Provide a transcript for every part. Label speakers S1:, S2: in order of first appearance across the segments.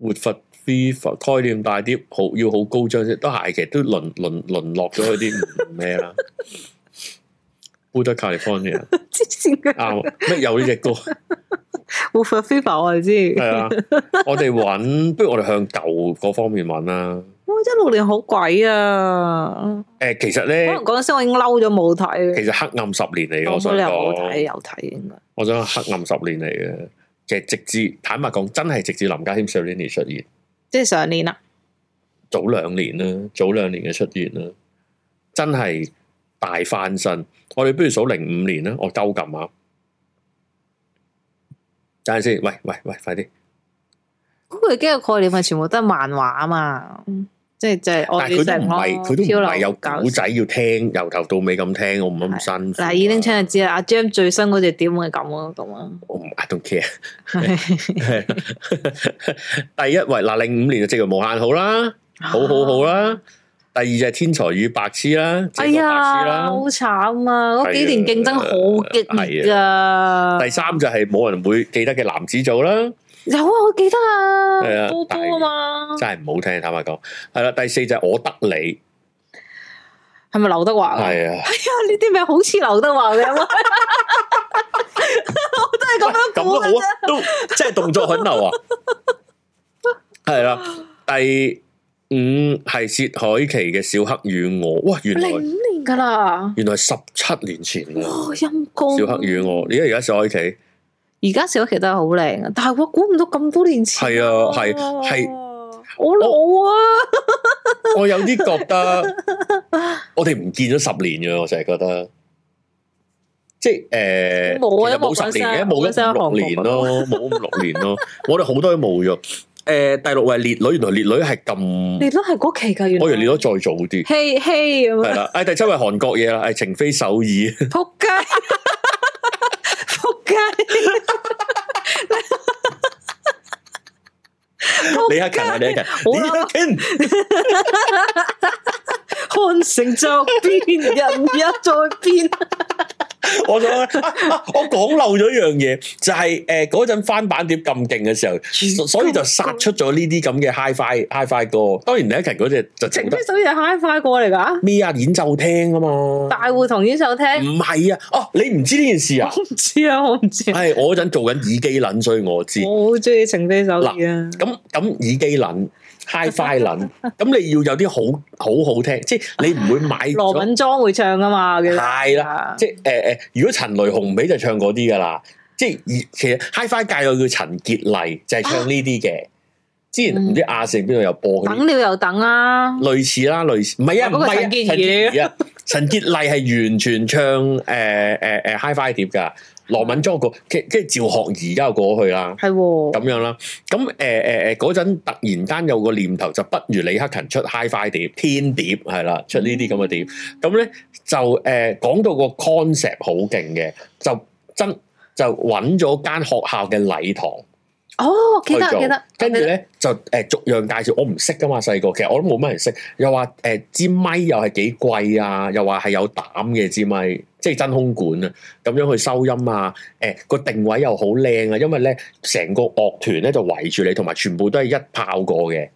S1: 活佛 FIFA 概念大啲，好要好高張先，都係其實都淪淪淪落咗嗰啲唔咩啦。Buddha California
S2: 之前嘅
S1: 啱，咩有呢隻歌
S2: 活佛 fever 我哋知，
S1: 係啊？我哋揾，不如我哋向舊嗰方面揾啦。
S2: 我一六年好鬼啊！
S1: 誒、其實
S2: 可
S1: 咧
S2: 能，嗰陣時我已經嬲咗冇睇，
S1: 其哎實黑暗十年嚟嘅，我
S2: 我
S1: 想
S2: 冇理由冇睇，
S1: 講，
S2: 有睇應該。
S1: 我想黑暗十年嚟嘅。其實直至坦白講，真係直至林家謙 s e l i n i 出現。
S2: 即係上年啦，啊
S1: 早兩年啦，早兩年嘅出現啦，真係大翻身。我哋不如數零五年啦，我鳩撳下，等陣先。喂喂喂，快啲！
S2: 咁佢嘅概念係全部都係漫畫啊嘛，即係即係
S1: 但
S2: 我
S1: 係佢都唔係，佢都唔係有古
S2: 搞笑。
S1: 仔要聽，由頭到尾咁聽，我唔諗咁辛苦。啊
S2: 嗱，已經出就知啦，阿 Jam 最新嗰隻碟係咁啊，咁啊，
S1: 我唔 I don't care。
S2: 係
S1: 第一位嗱，零五年就《夕陽無限好》啦，
S2: 啊
S1: 好好好。啦。第二就係《天才與白痴》啦，這個
S2: 哎
S1: 白痴
S2: 呀，
S1: 啦
S2: 好慘啊！嗰幾年競爭好激烈
S1: 係啊
S2: 噶。
S1: 第三就係冇人會記得嘅男子組啦。
S2: 有啊，我記得
S1: 係啊
S2: 啊，波波啊嘛，
S1: 真係唔好聽，坦白講，係啦。第四就係我得你，
S2: 係咪劉德華啊？
S1: 係啊，
S2: 啊！呢啲名好似劉 德華嘅，我我
S1: 啊
S2: 都
S1: 喂
S2: 係咁 樣
S1: 咁
S2: 估
S1: 都
S2: 嘅
S1: 好
S2: 啫
S1: 啊。，都即係動作很 流啊，係啦。第五係薛凱琪嘅《小黑與我》，哇，原
S2: 零哦
S1: 來
S2: 五年噶啦，
S1: 原來十七年前啊，
S2: 哇陰公！
S1: 《小黑與我》，你而家薛凱琪
S2: 而家小黑其實係好靚啊，但係我估唔到咁多年前。
S1: 係啊，係係，
S2: 好老啊！
S1: 我有啲覺得我哋唔見咗十年嘅，我成日覺得。即係誒，呃
S2: 冇啊
S1: 其實冇十
S2: 因為我
S1: 年嘅，冇
S2: 本身
S1: 咗五六年咯，冇五六年 咯，我哋好多都冇咗。誒，第六位烈女，原來烈女係咁
S2: 你都係嗰期噶，原來
S1: 我原嚟都再早啲，
S2: 嘿嘿咁
S1: 係
S2: 樣，
S1: 啦。誒，第七位韓國嘢啦，誒，情非首 爾，
S2: 仆街，仆街，
S1: 李克勤啊，李克勤，
S2: 好
S1: 李
S2: 啦
S1: 克勤，
S2: 看成作邊人一在邊，
S1: 我想啊啊我講漏咗一樣嘢，就係誒嗰陣翻版碟咁勁嘅時候，所所以就殺出咗呢啲咁嘅 hi-fi hi-fi 歌。當然李克勤嗰隻就整
S2: 情
S1: 得
S2: 非首爾係 HiFi 過嚟噶，
S1: 咩啊演奏廳啊嘛，
S2: 大會同演奏廳，
S1: 唔係啊，哦你唔知呢件 事啊？
S2: 我唔知啊，我唔知啊，
S1: 係我嗰陣做緊耳機撚，所以我知。
S2: 我好中意情非首爾啊，
S1: 咁咁耳機撚 hi-fi 撚，咁你要有啲好好好聽，即係你唔會買咗
S2: 羅敏莊會唱噶嘛，啊其實
S1: 係啦，即係誒誒，如果陳雷紅俾就唱嗰啲噶啦，即係而其實 HiFi 界有叫陳潔麗，就係、唱呢啲嘅。之前唔知亞視邊度有播嗰啲
S2: 啊嗯等了又等啊，
S1: 類似啦，類似唔係啊，唔
S2: 哦嗰個
S1: 係啊，
S2: 陳潔儀
S1: 儀啊，陳潔麗係完全唱誒誒誒 HiFi 碟㗎，羅
S2: 啊
S1: 敏莊個，跟跟住趙學而家又過去啦。
S2: 係喎
S1: 咁，樣啦，咁誒誒誒嗰陣突然間有個念頭，就不如李克勤出 HiFi 碟、天碟係啦，出呢啲咁嘅碟。咁咧就誒、呃、講到個 concept 好勁嘅，就真就揾咗間學校嘅禮堂
S2: 哦，記
S1: 去
S2: 得記
S1: 做
S2: 得，，
S1: 跟住咧就誒、呃逐樣介紹。我唔識噶嘛，細個其實我都冇乜人識。又話誒、呃支咪又係幾貴啊，又話係有膽嘅支咪，即係真空管啊，咁樣去收音啊。誒、個定位又好靚啊，因為咧成個樂團咧就圍住你，同埋全部都係一炮過嘅。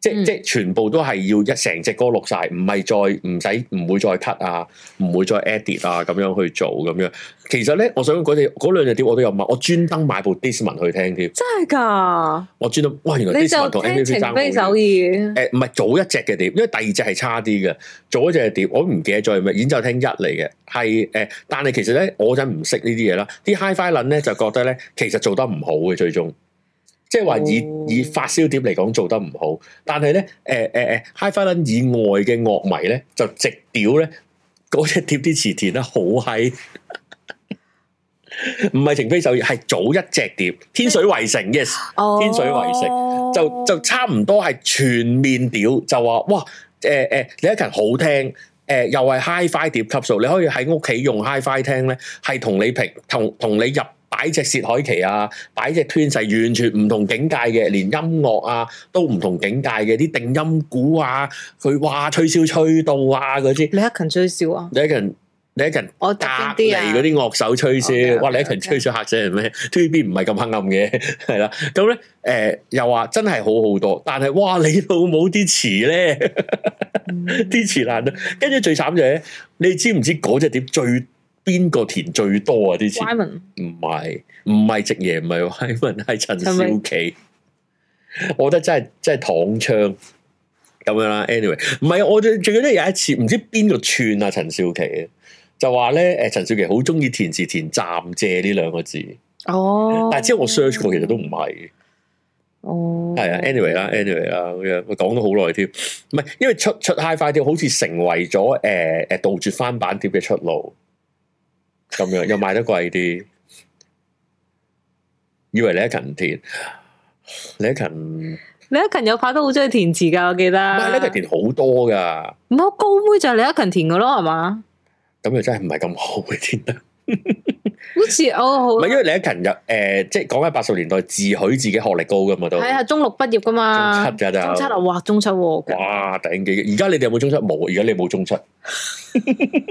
S1: 即、
S2: 嗯
S1: 即係全部都係要一成隻歌錄晒，唔係再唔使唔會再 cut 啊，唔會再 edit 啊，咁樣去做咁樣。其實咧，我想嗰隻嗰兩隻碟我都有買，我專登買部 Discman 去聽添。
S2: 真係㗎，
S1: 我專登，哇！原來
S2: 你
S1: Discman
S2: 就
S1: 同
S2: 聽
S1: MVP 爭
S2: 情非首
S1: 好
S2: 爾
S1: 遠。誒唔係早一隻嘅碟，因為第二隻係差啲嘅，早一隻嘅碟我唔記得咗係咩，演奏廳一嚟嘅，係誒、但係其實咧我嗰陣唔識呢啲嘢啦，啲 HiFi 撚咧就覺得咧其實做得唔好嘅最終，即係話以、
S2: 哦
S1: 以發燒碟嚟講做得唔好，但係咧誒誒誒 HiFi 撚以外嘅樂迷咧就直屌咧嗰隻碟啲詞填得好閪， 唔係情非首爾，係早一隻碟天水圍城 yes。
S2: 哦，
S1: 天水圍城就就差唔多係全面屌，就話哇誒誒李克勤好聽，誒、又係 HiFi 碟級數，你可以喺屋企用 HiFi 聽咧，係同你平同同你入擺隻薛凱琪啊，擺隻 Twins 係完全唔同境界嘅，連音樂啊都唔同境界嘅，啲定音鼓啊，佢哇吹簫吹到啊嗰啲，
S2: 李克勤最少啊，
S1: 李克勤李克勤
S2: 我
S1: 隔
S2: 特
S1: 離
S2: 登啲啊，
S1: 嗰啲樂手吹簫，
S2: OK，OK，
S1: 哇！李克勤吹簫嚇死人 咩？TVB 唔係咁黑暗嘅， 係啦。咁咧，誒、又話真係好好多，但係哇，你老母啲詞咧，
S2: 嗯
S1: 啲詞爛到，跟住最慘就係咧，你知唔知嗰只碟最邊個填最多啊？啲詞
S2: Wyman
S1: 唔係唔係直爺，唔係 y 文，係陳少
S2: 陳明
S1: 琪。我覺得真係真係躺槍咁樣啦。anyway，唔係我最最記得有一次，唔知邊個串啊陳少琪就話咧誒陳少琪好中意填詞填暫借呢兩個字，
S2: 哦，
S1: 但係之後我 search 過，其實都唔係。
S2: 哦，
S1: 係啊，anyway 啦，anyway 啦，咁樣我講咗好耐添，唔係因為出出 high 快碟好似成為咗誒誒杜絕翻版碟嘅出路，咁樣又賣得貴啲，以為李克勤填，李克勤唔
S2: 李克勤有拍得好中意填詞噶，我記得。
S1: 係李克勤填好多噶，
S2: 唔好高妹就係李克勤填嘅咯，係嘛？
S1: 咁又真係唔係咁好嘅填得，
S2: 好似我好
S1: 唔係因為李克勤入誒、呃即係講緊八十年代自許自己學歷高噶嘛都，
S2: 係啊，中六畢業噶嘛，
S1: 中七㗎咋
S2: 中七啊，哇，中七喎，
S1: 哇頂幾，而家你哋有冇中七？冇，而家你冇中七，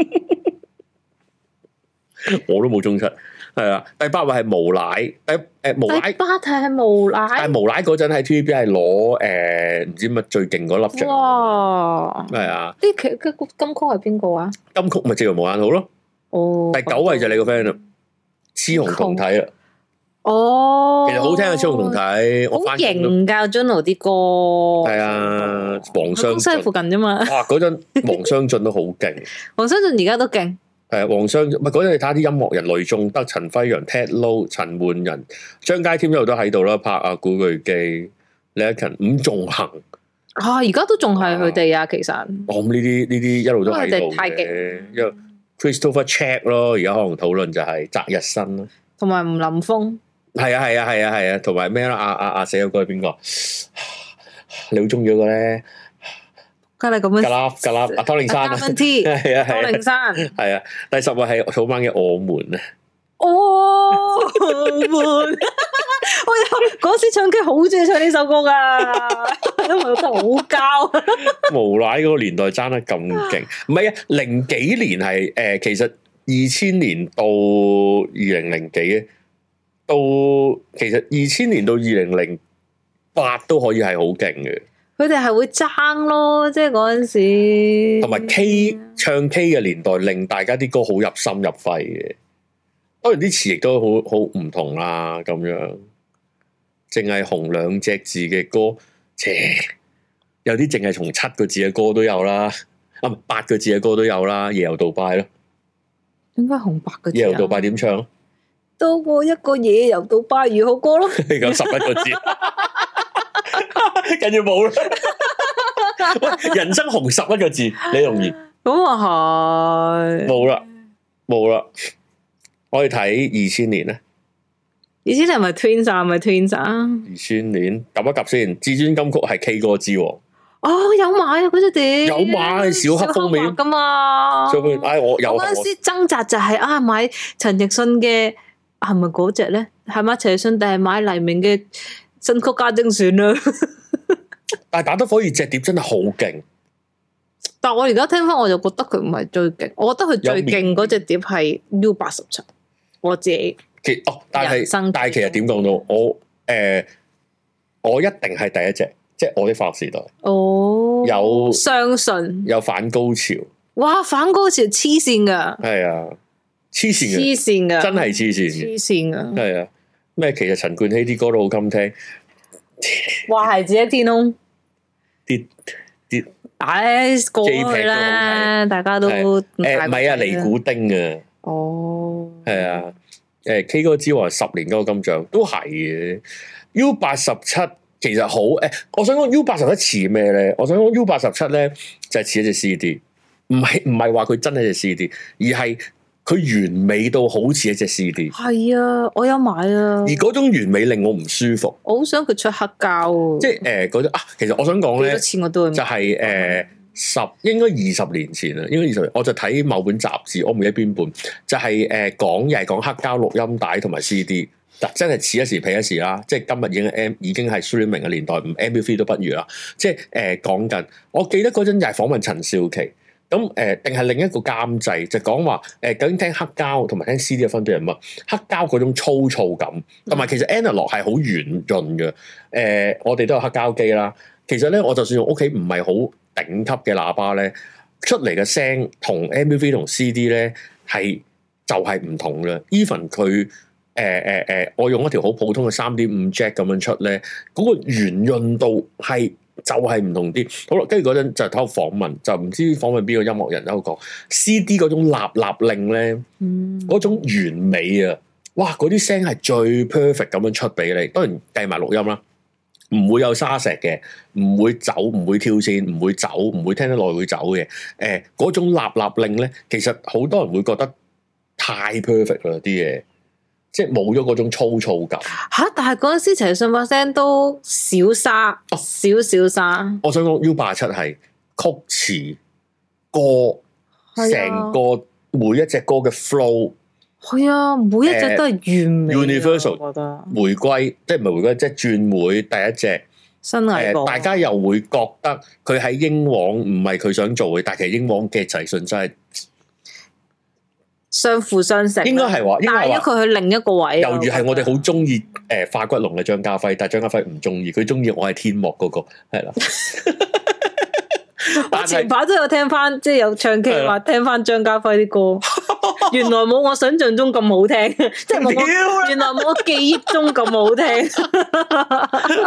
S1: 我都冇中七，係啊。第八位係無賴，第誒無
S2: 第
S1: 賴，
S2: 八題係無賴
S1: 但，係無賴嗰陣喺 TVB 係攞誒唔知乜最勁嗰粒獎，
S2: 哇！
S1: 係啊。
S2: 呢期嘅金曲係邊個啊？
S1: 金曲咪《夕陽無眼好》咯，
S2: 哦，
S1: 第九位就係你個 friend 啦，雌雄同體啦。
S2: 哦，
S1: 其實好聽啊嘅雌雄同體，我
S2: 好
S1: 翻工都
S2: 型啊噶 j o n o 啲歌，
S1: 係啊，黃
S2: 喺
S1: 雙
S2: 公西
S1: 進
S2: 附近啫嘛，
S1: 哇嗰陣黃雙進都好勁。
S2: 黃相信而家都勁，
S1: 誒黃呃商唔係嗰陣，你睇下啲音樂人雷仲德、陳輝陽、Ted Low、陳奐仁、張佳添一路都喺度啦，拍啊古巨基、李克勤、伍仲衡，
S2: 啊，而家都仲係佢哋啊，其實
S1: 我諗呢啲呢啲一路都喺
S2: 因為佢
S1: 度
S2: 哋太
S1: 嘅
S2: 勁，
S1: 因為 Christopher Check 咯，而家可能討論就係澤日新咯，
S2: 同埋吳林峰，
S1: 係啊係啊係啊係啊，同埋咩啦？啊啊啊！死咗嗰個係邊個？ 你好中意嗰個咧？
S2: 梗係咁
S1: 格
S2: 樣，
S1: 拉格拉阿湯令山啊，
S2: 嘉賓 T，
S1: 係啊
S2: 高
S1: 係啊
S2: 靈山，
S1: 係啊！第十位係草蜢嘅我們啊，
S2: 哦，悶，我有嗰時唱 K 好中意唱呢首歌噶，因為我覺得好膠，
S1: 無賴嗰個年代爭得咁勁，唔係啊，零幾年係誒、呃其實二千年到二零零幾，到其實二千年到二零零八都可以係好勁嘅，
S2: 佢哋係會爭咯，即係嗰陣時，
S1: 同埋 K 唱 K 嘅年代，令大家啲歌好入心入肺嘅。當然啲詞亦都好好唔同啦，咁樣淨係紅兩隻字嘅歌，切有啲淨係從七個字嘅歌都有啦，啊唔係八個字嘅歌都有啦，夜遊杜拜咯，
S2: 點解紅白嘅
S1: 夜遊
S2: 字
S1: 杜
S2: 啊？
S1: 拜點唱？
S2: 多過一個嘢游到巴魚好歌咯，
S1: 有十一個字， 跟住冇啦。 喂，人生紅十一個字，你容易
S2: 咁啊係。
S1: 冇啦，冇啦。我哋睇二千年咧。
S2: 以前係咪 Twins 啊？係咪 Twins 啊？
S1: 二千年夾一夾先，至尊金曲係 K 歌之王，
S2: 哦，有買啊嗰隻碟，
S1: 有買小黑封面
S2: 噶嘛？
S1: 所以唉我有
S2: 我嗰陣時掙扎就係、啊買陳奕迅嘅係咪嗰只咧？係咪陳奕迅定係買黎明嘅新曲加精選啊？
S1: 但係打得火熱隻碟真係好勁，
S2: 但我而家聽翻我就覺得佢唔係最勁，我覺得佢最勁嗰只碟係 U 八十七，我自己
S1: 其哦，但
S2: 人
S1: 係
S2: 生
S1: 但係其實點講到我誒、呃我一定係第一隻，即係我啲化學時代
S2: 哦
S1: 有
S2: 相信
S1: 有反高潮，
S2: 哇反高潮黐線噶，
S1: 係啊，黐線嘅，
S2: 黐線噶，
S1: 真係黐線嘅，
S2: 黐線噶，
S1: 係啊，咩其實陳冠希啲歌都好襟聽，
S2: 哇孩子的天空。
S1: 啲啲
S2: 唉，過
S1: JPEG
S2: 去
S1: 都好
S2: 啦，大家都
S1: 係
S2: 誒
S1: 誒唔係啊，尼古丁啊，
S2: 哦，
S1: 係啊，誒 K 歌之王十年嗰個金像都係嘅。U 八十七其實好誒、我想講 U 八十七似咩咧？我想講 U 八十七咧就係似一隻 CD，唔係唔係話佢真係一隻 CD，而係佢完美到好似一隻 CD，
S2: 係啊，我有買啊
S1: 而，嗰種完美令我唔舒服，
S2: 我好想佢出黑膠啊，
S1: 即係誒嗰種啊。其實我想講
S2: 幾
S1: 咧
S2: 多，錢我都會
S1: 就
S2: 買。
S1: 係、誒。呃十應該二十年前啊啦，應該二十年，我就睇某本雜誌，我唔記得邊本，就係誒講又係講黑膠錄音帶同埋 CD，嗱真係此一時彼一時啦，即係今日已經 M 已經係 streaming 嘅呃年代，唔 MP3 都不如啦，即係誒講緊，我記得嗰陣又係訪問陳少琪，咁咁誒，定係另一個監製就講話誒，究竟聽黑膠同埋聽 CD 嘅分別係乜？黑膠嗰種粗糙感，同埋其實 analog 係好圓潤嘅。誒、呃我哋都有黑膠機啦。其實咧，我就算我屋企唔係好頂級嘅喇叭咧，出嚟嘅聲同 MV 同 CD 咧係就係、唔同嘅。even 佢誒誒誒，我用一條好普通嘅三點五 jack 咁樣出咧，嗰、個圓潤度係。就係唔同啲，好啦，跟住嗰陣就睇度訪問，就唔知訪問邊個音樂人喺度講 CD 嗰種立立令咧，
S2: 嗯，
S1: 嗰種完美啊，哇！嗰啲聲係最 perfect 咁樣出俾你，當然計埋錄音啦，唔會有沙石嘅，唔會走，唔會跳線，唔會走，唔會聽得耐會走嘅。誒、嗰種立立令咧，其實好多人會覺得太 perfect 啦啲嘢，即係冇咗嗰種粗糙感。
S2: 吓！但係嗰陣時陳信發聲都少沙，
S1: 哦
S2: 少少沙，
S1: 我想講 U 八七係曲詞歌。
S2: 係
S1: 成
S2: 啊，
S1: 個每一隻歌嘅 flow
S2: 係啊，每一隻都係完美啊。
S1: 誒，Universal
S2: 我覺得
S1: 回歸，即係唔係回歸，即係轉會第一隻。
S2: 新
S1: 誒、
S2: 藝部，
S1: 大家又會覺得佢喺英皇唔係佢想做嘅，但其實英皇嘅仔信真係
S2: 啊相輔相成，啊
S1: 應該係話，應該
S2: 帶
S1: 係話。
S2: 咗佢去另一個位啊。
S1: 猶如係我哋好中意誒化骨龍嘅張家輝，但係張家輝唔中意，佢中意我係天幕嗰、個係 啦。但
S2: 我前
S1: 係
S2: 排都有聽翻，即係有唱 K 話聽翻張家輝 啲歌，原來冇我想象中咁好聽，即係冇
S1: 啊
S2: 我原來冇我記憶中咁 好聽，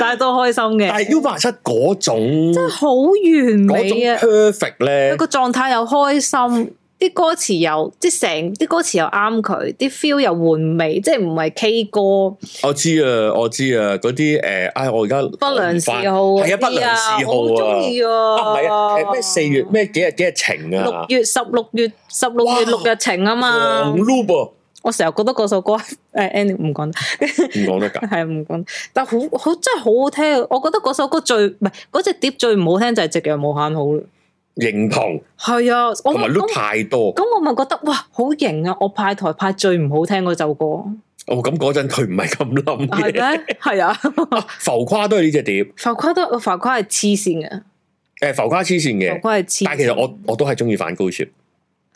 S2: 但係都開心
S1: 但
S2: 嘅，
S1: 係 U 八七嗰種
S2: 好完
S1: 嗰種
S2: 美啊！
S1: perfect 咧
S2: 佢，個狀態又開心，啲歌詞又即係成啲歌詞又啱佢，啲 feel 又換味，即係唔係 K 歌
S1: 我知啊，我知啊，嗰啲誒，唉，我而家
S2: 不良嗜好
S1: 係
S2: 嗰
S1: 啊，
S2: 啲
S1: 不良嗜好
S2: 我好中意啊！
S1: 啊，唔係啊，誒咩四月咩幾日幾日晴
S2: 六
S1: 啊，
S2: 月十六月十六
S1: 哇
S2: 月六日晴啊嘛
S1: 黃。loop
S2: 我成日覺得嗰首歌 誒 anyway 唔講得，
S1: 唔講得㗎，
S2: 係唔講得，但好好真係好好聽。啊我覺得嗰首歌最唔係嗰隻碟最唔好聽就係《夕陽無限好》啦。
S1: 認同
S2: 係啊，我
S1: 同埋 loop
S2: 咁
S1: 太多，
S2: 咁我咪覺得哇好型啊！我派台派最唔好聽嗰首歌，
S1: 哦咁嗰陣佢唔係咁諗
S2: 係
S1: 嘅，
S2: 咩？ 係啊，
S1: 浮誇都係呢隻碟，
S2: 浮誇都浮誇係黐線嘅，
S1: 誒浮誇黐線嘅，
S2: 浮誇係黐線。
S1: 但係其實我我都係中意反高潮，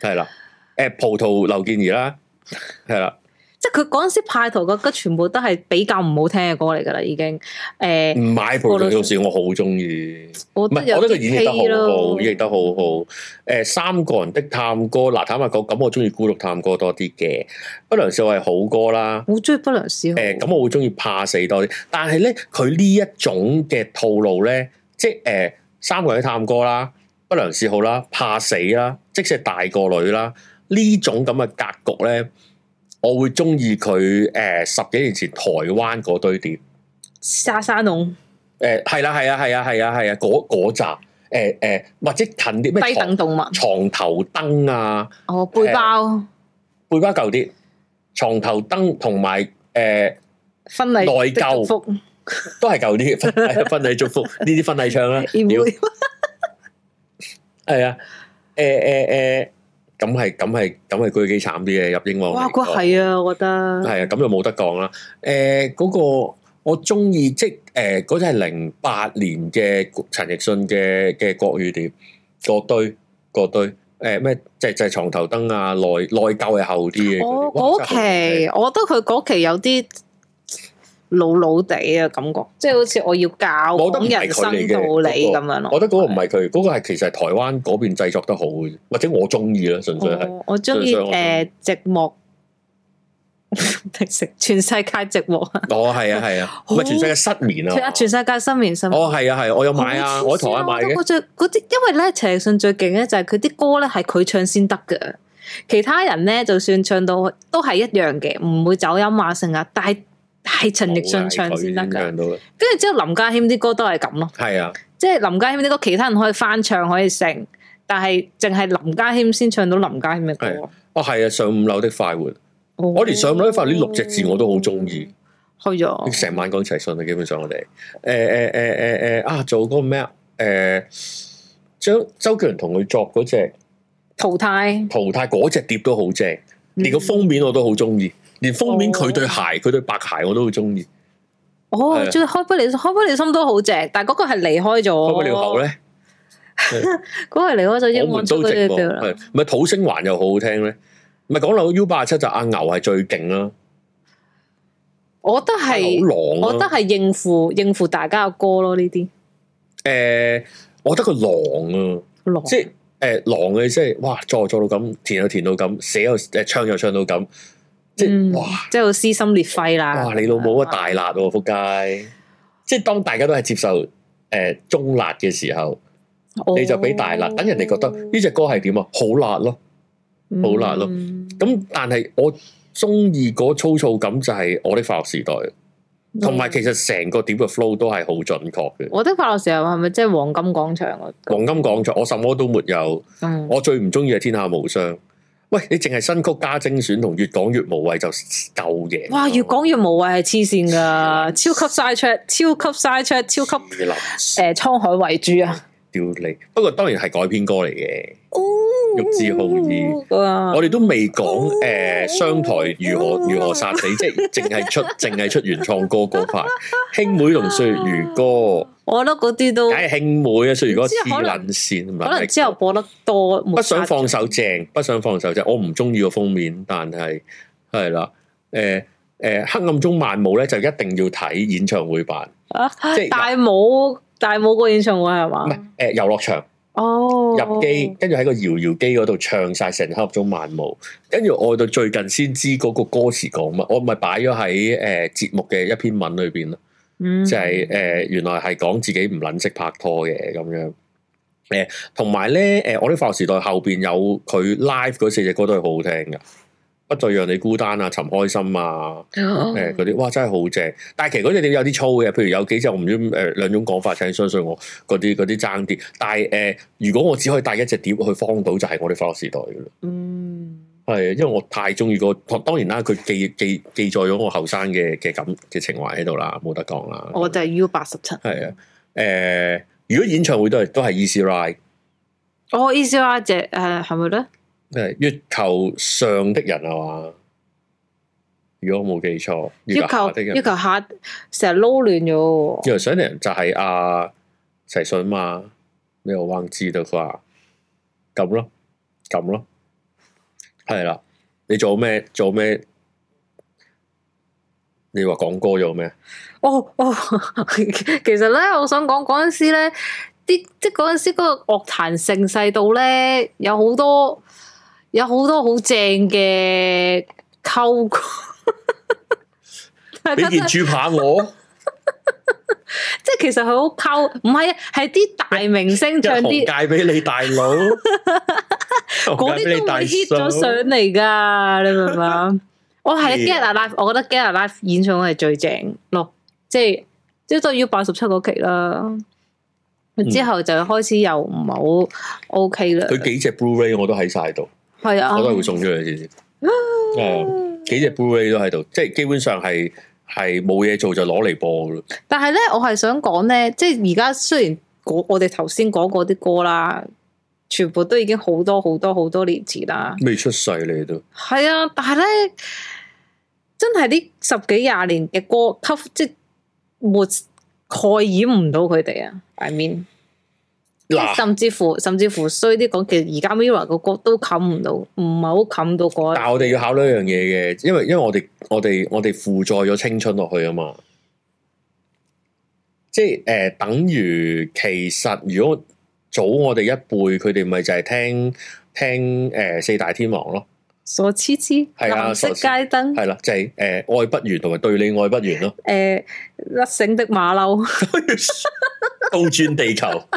S1: 係啦，誒葡萄劉健儀啦，係啦，
S2: 即係佢嗰陣時派台嘅歌全部都係比較唔好聽嘅歌嚟㗎啦，已經誒。
S1: 唔買葡萄到時我好中意。
S2: 我
S1: 唔係，
S2: 有
S1: 我覺得佢
S2: 啲
S1: 演繹得
S2: 稀
S1: 好
S2: 咯
S1: 好，演繹得好好。誒、三個人的探戈，嗱，坦白講，咁我中意孤獨探戈多啲嘅。不良少係好歌啦。
S2: 好中意不良嗜好。
S1: 誒、咁我會中意怕死多啲。但係咧，佢呢一種嘅套路咧，即係誒、三個人的探戈啦，不良嗜好啦，怕死啦，即使係大個女啦，呢種咁嘅格局咧，我會中意佢誒十幾年前台灣嗰堆碟。
S2: 沙沙龍
S1: 誒係啦，係啊，係啊，係啊，係啊，嗰嗰扎誒誒，或者近啲咩
S2: 低
S1: 床
S2: 等動物，
S1: 床頭燈啊，
S2: 哦背包。
S1: 背包舊啲，床頭燈同埋誒
S2: 婚禮
S1: 內疚
S2: 祝福，
S1: 都係舊啲 婚禮婚禮祝福呢啲婚禮 唱啦，屌係啊，誒誒誒，咁係咁係咁係居幾慘啲嘅入英皇
S2: 哇！
S1: 嚟
S2: 嗰
S1: 講
S2: 係啊，我覺得
S1: 係啊，咁就冇得講啦。誒、嗰、個我中意，即係誒嗰隻係零八年嘅陳奕迅嘅嘅國語碟，嗰堆嗰堆誒咩、即係就係床頭燈啊，內內疚係厚啲嘅
S2: 我
S1: 嗰啲。
S2: 嗰
S1: 哇真係
S2: 期，我覺得佢嗰期有啲老老地嘅感覺，即係好似我要教
S1: 我覺得唔
S2: 講
S1: 係
S2: 人
S1: 佢
S2: 生道
S1: 嚟嘅
S2: 理
S1: 嗰
S2: 咁樣
S1: 好
S2: 咯。
S1: 我覺得嗰個唔係佢，嗰、個係其實係台灣嗰邊製作得好嘅，或者我中意啦，純粹係。
S2: 哦我我中意
S1: 所以我
S2: 誒寂寞， 食全世界寂寞啊！
S1: 哦，係啊，係啊，唔係全世界失眠啊。
S2: 全世界失眠失眠。
S1: 哦，係啊，係啊，我有買啊，我喺台灣買嘅。
S2: 我最嗰啲，因為咧陳奕迅最勁咧就係佢啲歌咧係佢唱先得嘅，其他人咧就算唱到都係一樣嘅，唔會走音啊成啊，但係係陳奕迅唱先得
S1: 冇啊係佢
S2: 嘅。
S1: 唱到嘅，
S2: 跟住之後林家謙啲歌都係咁咯，
S1: 係啊，
S2: 即係林家謙啲歌其他人可以翻唱可以成，但係淨係林家謙先唱到林家謙嘅歌。
S1: 哦，係啊，上五樓的快活。
S2: 我
S1: 我連上樓一塊呢六隻字我都好中意，
S2: 去咗
S1: 成晚講齊信啊，基本上我哋誒誒誒誒誒啊，做嗰個咩啊？誒、張周杰倫同佢作嗰隻
S2: 淘汰，
S1: 淘汰嗰隻碟都好正，
S2: 嗯
S1: 連個封面我都好中意，連封面佢對鞋佢對白鞋我都好中意。
S2: 哦
S1: 係啊，
S2: 最開不離開不離心都好正，但係嗰個係離開咗。
S1: 開不了口咧，
S2: 嗰個啊離開咗英
S1: 我
S2: 文
S1: 們都
S2: 出嗰
S1: 寂
S2: 隻
S1: 寞，
S2: 調啦。
S1: 係咪土星環又好好聽咧？咪講到 U 八七就阿牛係最勁啦，
S2: 我覺得
S1: 阿
S2: 係，
S1: 牛
S2: 我
S1: 狼啊
S2: 覺得
S1: 啦，
S2: 係應付應付大家嘅歌咯，呢啲
S1: 誒，我覺得佢狼啊。
S2: 狼
S1: 即係誒狼嘅，即係哇作就作到咁，填又填到咁，寫又誒唱又唱到咁，即係、
S2: 嗯
S1: 哇
S2: 即係好撕心裂肺啦。
S1: 哇你老母啊大辣喎仆街！即係當大家都係接受誒、呃中辣嘅時候，
S2: 哦
S1: 你就俾大辣，等人哋覺得呢隻歌係點啊？好辣咯！好辣咯
S2: 嗯
S1: 咁但係我中意嗰粗糙感就係我的快樂時代，同
S2: 嗯
S1: 埋其實成個點嘅 flow 都係好準確嘅。
S2: 我的快樂時候係咪即係黃金廣場嗰個？
S1: 黃金講咗，我什麼都沒有。
S2: 嗯
S1: 我最唔中意係天下無雙。喂，你淨係新曲加精選同越講越無謂就夠嘢。
S2: 哇，越講越無謂係黐線噶，超級嘥出，超級嘥出，超級
S1: 越諗
S2: 誒滄海遺珠啊！
S1: 屌你！不過當然係改編歌嚟嘅。
S2: 嗯
S1: 欲知好矣
S2: 啊！
S1: 我哋都未講誒商台如何如何殺死，即係淨係出 淨係出原創歌嗰塊。兄妹同歲月如歌，
S2: 我覺得嗰啲都
S1: 梗係兄妹啊！歲月如歌
S2: 唔知
S1: 黐
S2: 可能
S1: 撚線，唔
S2: 可能
S1: 係
S2: 之後播得多，
S1: 不想放手正，不想放手正。我唔中意個封面，但係係啦，誒誒黑暗中漫舞咧就一定要睇演唱會版，
S2: 啊！
S1: 即係
S2: 大武大武個演唱會係
S1: 唔
S2: 嘛？
S1: 係誒遊樂場。
S2: 啊哦，
S1: 入機，跟住喺個搖搖機嗰度唱晒成黑鐘漫舞，跟住我到最近先知嗰個歌詞講乜，我咪擺咗喺誒節目嘅一篇文裏邊咯，
S2: 嗯，
S1: 就係、誒、原來係講自己唔撚識拍拖嘅咁樣。誒，同埋咧，誒，我啲快樂時代後邊有佢 live 嗰四隻歌都係好好聽噶，不再讓你孤單啊，尋開心啊，誒嗰啲，哇真係好正！但係其實嗰隻碟有啲粗嘅，譬如有幾隻我唔知誒、呃、兩種講法，請相信我嗰啲嗰啲爭啲。但係誒、呃如果我只可以帶一隻碟去荒島，就係我哋快樂時代嘅啦。
S2: 嗯，
S1: 係，因為我太中意個，當然啦，佢記記記載咗我後生嘅嘅感嘅情懷喺度啦，冇得講啦。
S2: 我就係 U 八十七，
S1: 係啊，誒、如果演唱會都係都係 Easy Ride，
S2: 我 E C R 隻誒係咪咧？
S1: 誒月球上的人係嘛？如果我冇記錯，
S2: 要
S1: 下
S2: 求
S1: 的人
S2: 要求下成日撈亂咗喎，
S1: 原來上一人就係阿齊信嘛，你又忘知道佢話咁咯，咁咯，係啦。你做咩？做咩？你話講歌做 咩？
S2: 哦哦，其實咧，我想講嗰陣時咧，啲即係嗰陣時嗰個樂壇盛世度咧，有好多有好多好正嘅溝歌，大
S1: 俾
S2: 家真
S1: 件
S2: 係
S1: 豬扒我，
S2: 即係其實佢好溝，唔係啊，係啲大明星
S1: 一
S2: 唱啲
S1: 紅戒俾你大 佬，
S2: 嗰
S1: 嗰
S2: 啲都會 hit 咗上嚟㗎，你明唔明啊？ 我係 Get
S1: 啊
S2: Alive，我覺得 Get Alive 演唱會係最正咯，即係即係都要八十七嗰期啦。之後就開始又唔係好 OK 啦，
S1: 嗯佢幾隻 Blu-ray 我都喺晒度，
S2: 係啊，
S1: 我都係會哦送出去先至。誒，幾隻 Blu-ray 都喺度，即係基本上係係冇嘢做就攞嚟播噶咯。
S2: 但係咧，我係想講咧，即係而家雖然嗰我哋頭先講過啲歌啦，全部都已經好多好多好多年前啦。
S1: 未出世你都。
S2: 係啊，但係咧，真係呢十幾廿年嘅歌吸，即係沒蓋掩唔到佢哋啊！I mean，即係
S1: 嗱，
S2: 甚至乎甚至乎衰啲講，其實而家 Mirror 個歌都冚唔到，唔係好冚到嗰
S1: 但係我哋要考慮一樣嘢嘅，因為因為我哋我哋我哋負載咗青春落去啊嘛，即係誒、呃等於其實如果早我哋一輩，佢哋咪就係聽聽誒、呃四大天王咯，
S2: 傻痴痴
S1: 係啊
S2: 藍
S1: 傻
S2: 色
S1: 痴
S2: 街燈，
S1: 係啦，就係、誒、愛不完同埋對你愛不完咯，
S2: 誒呃甩繩的馬騮，
S1: 倒轉地球。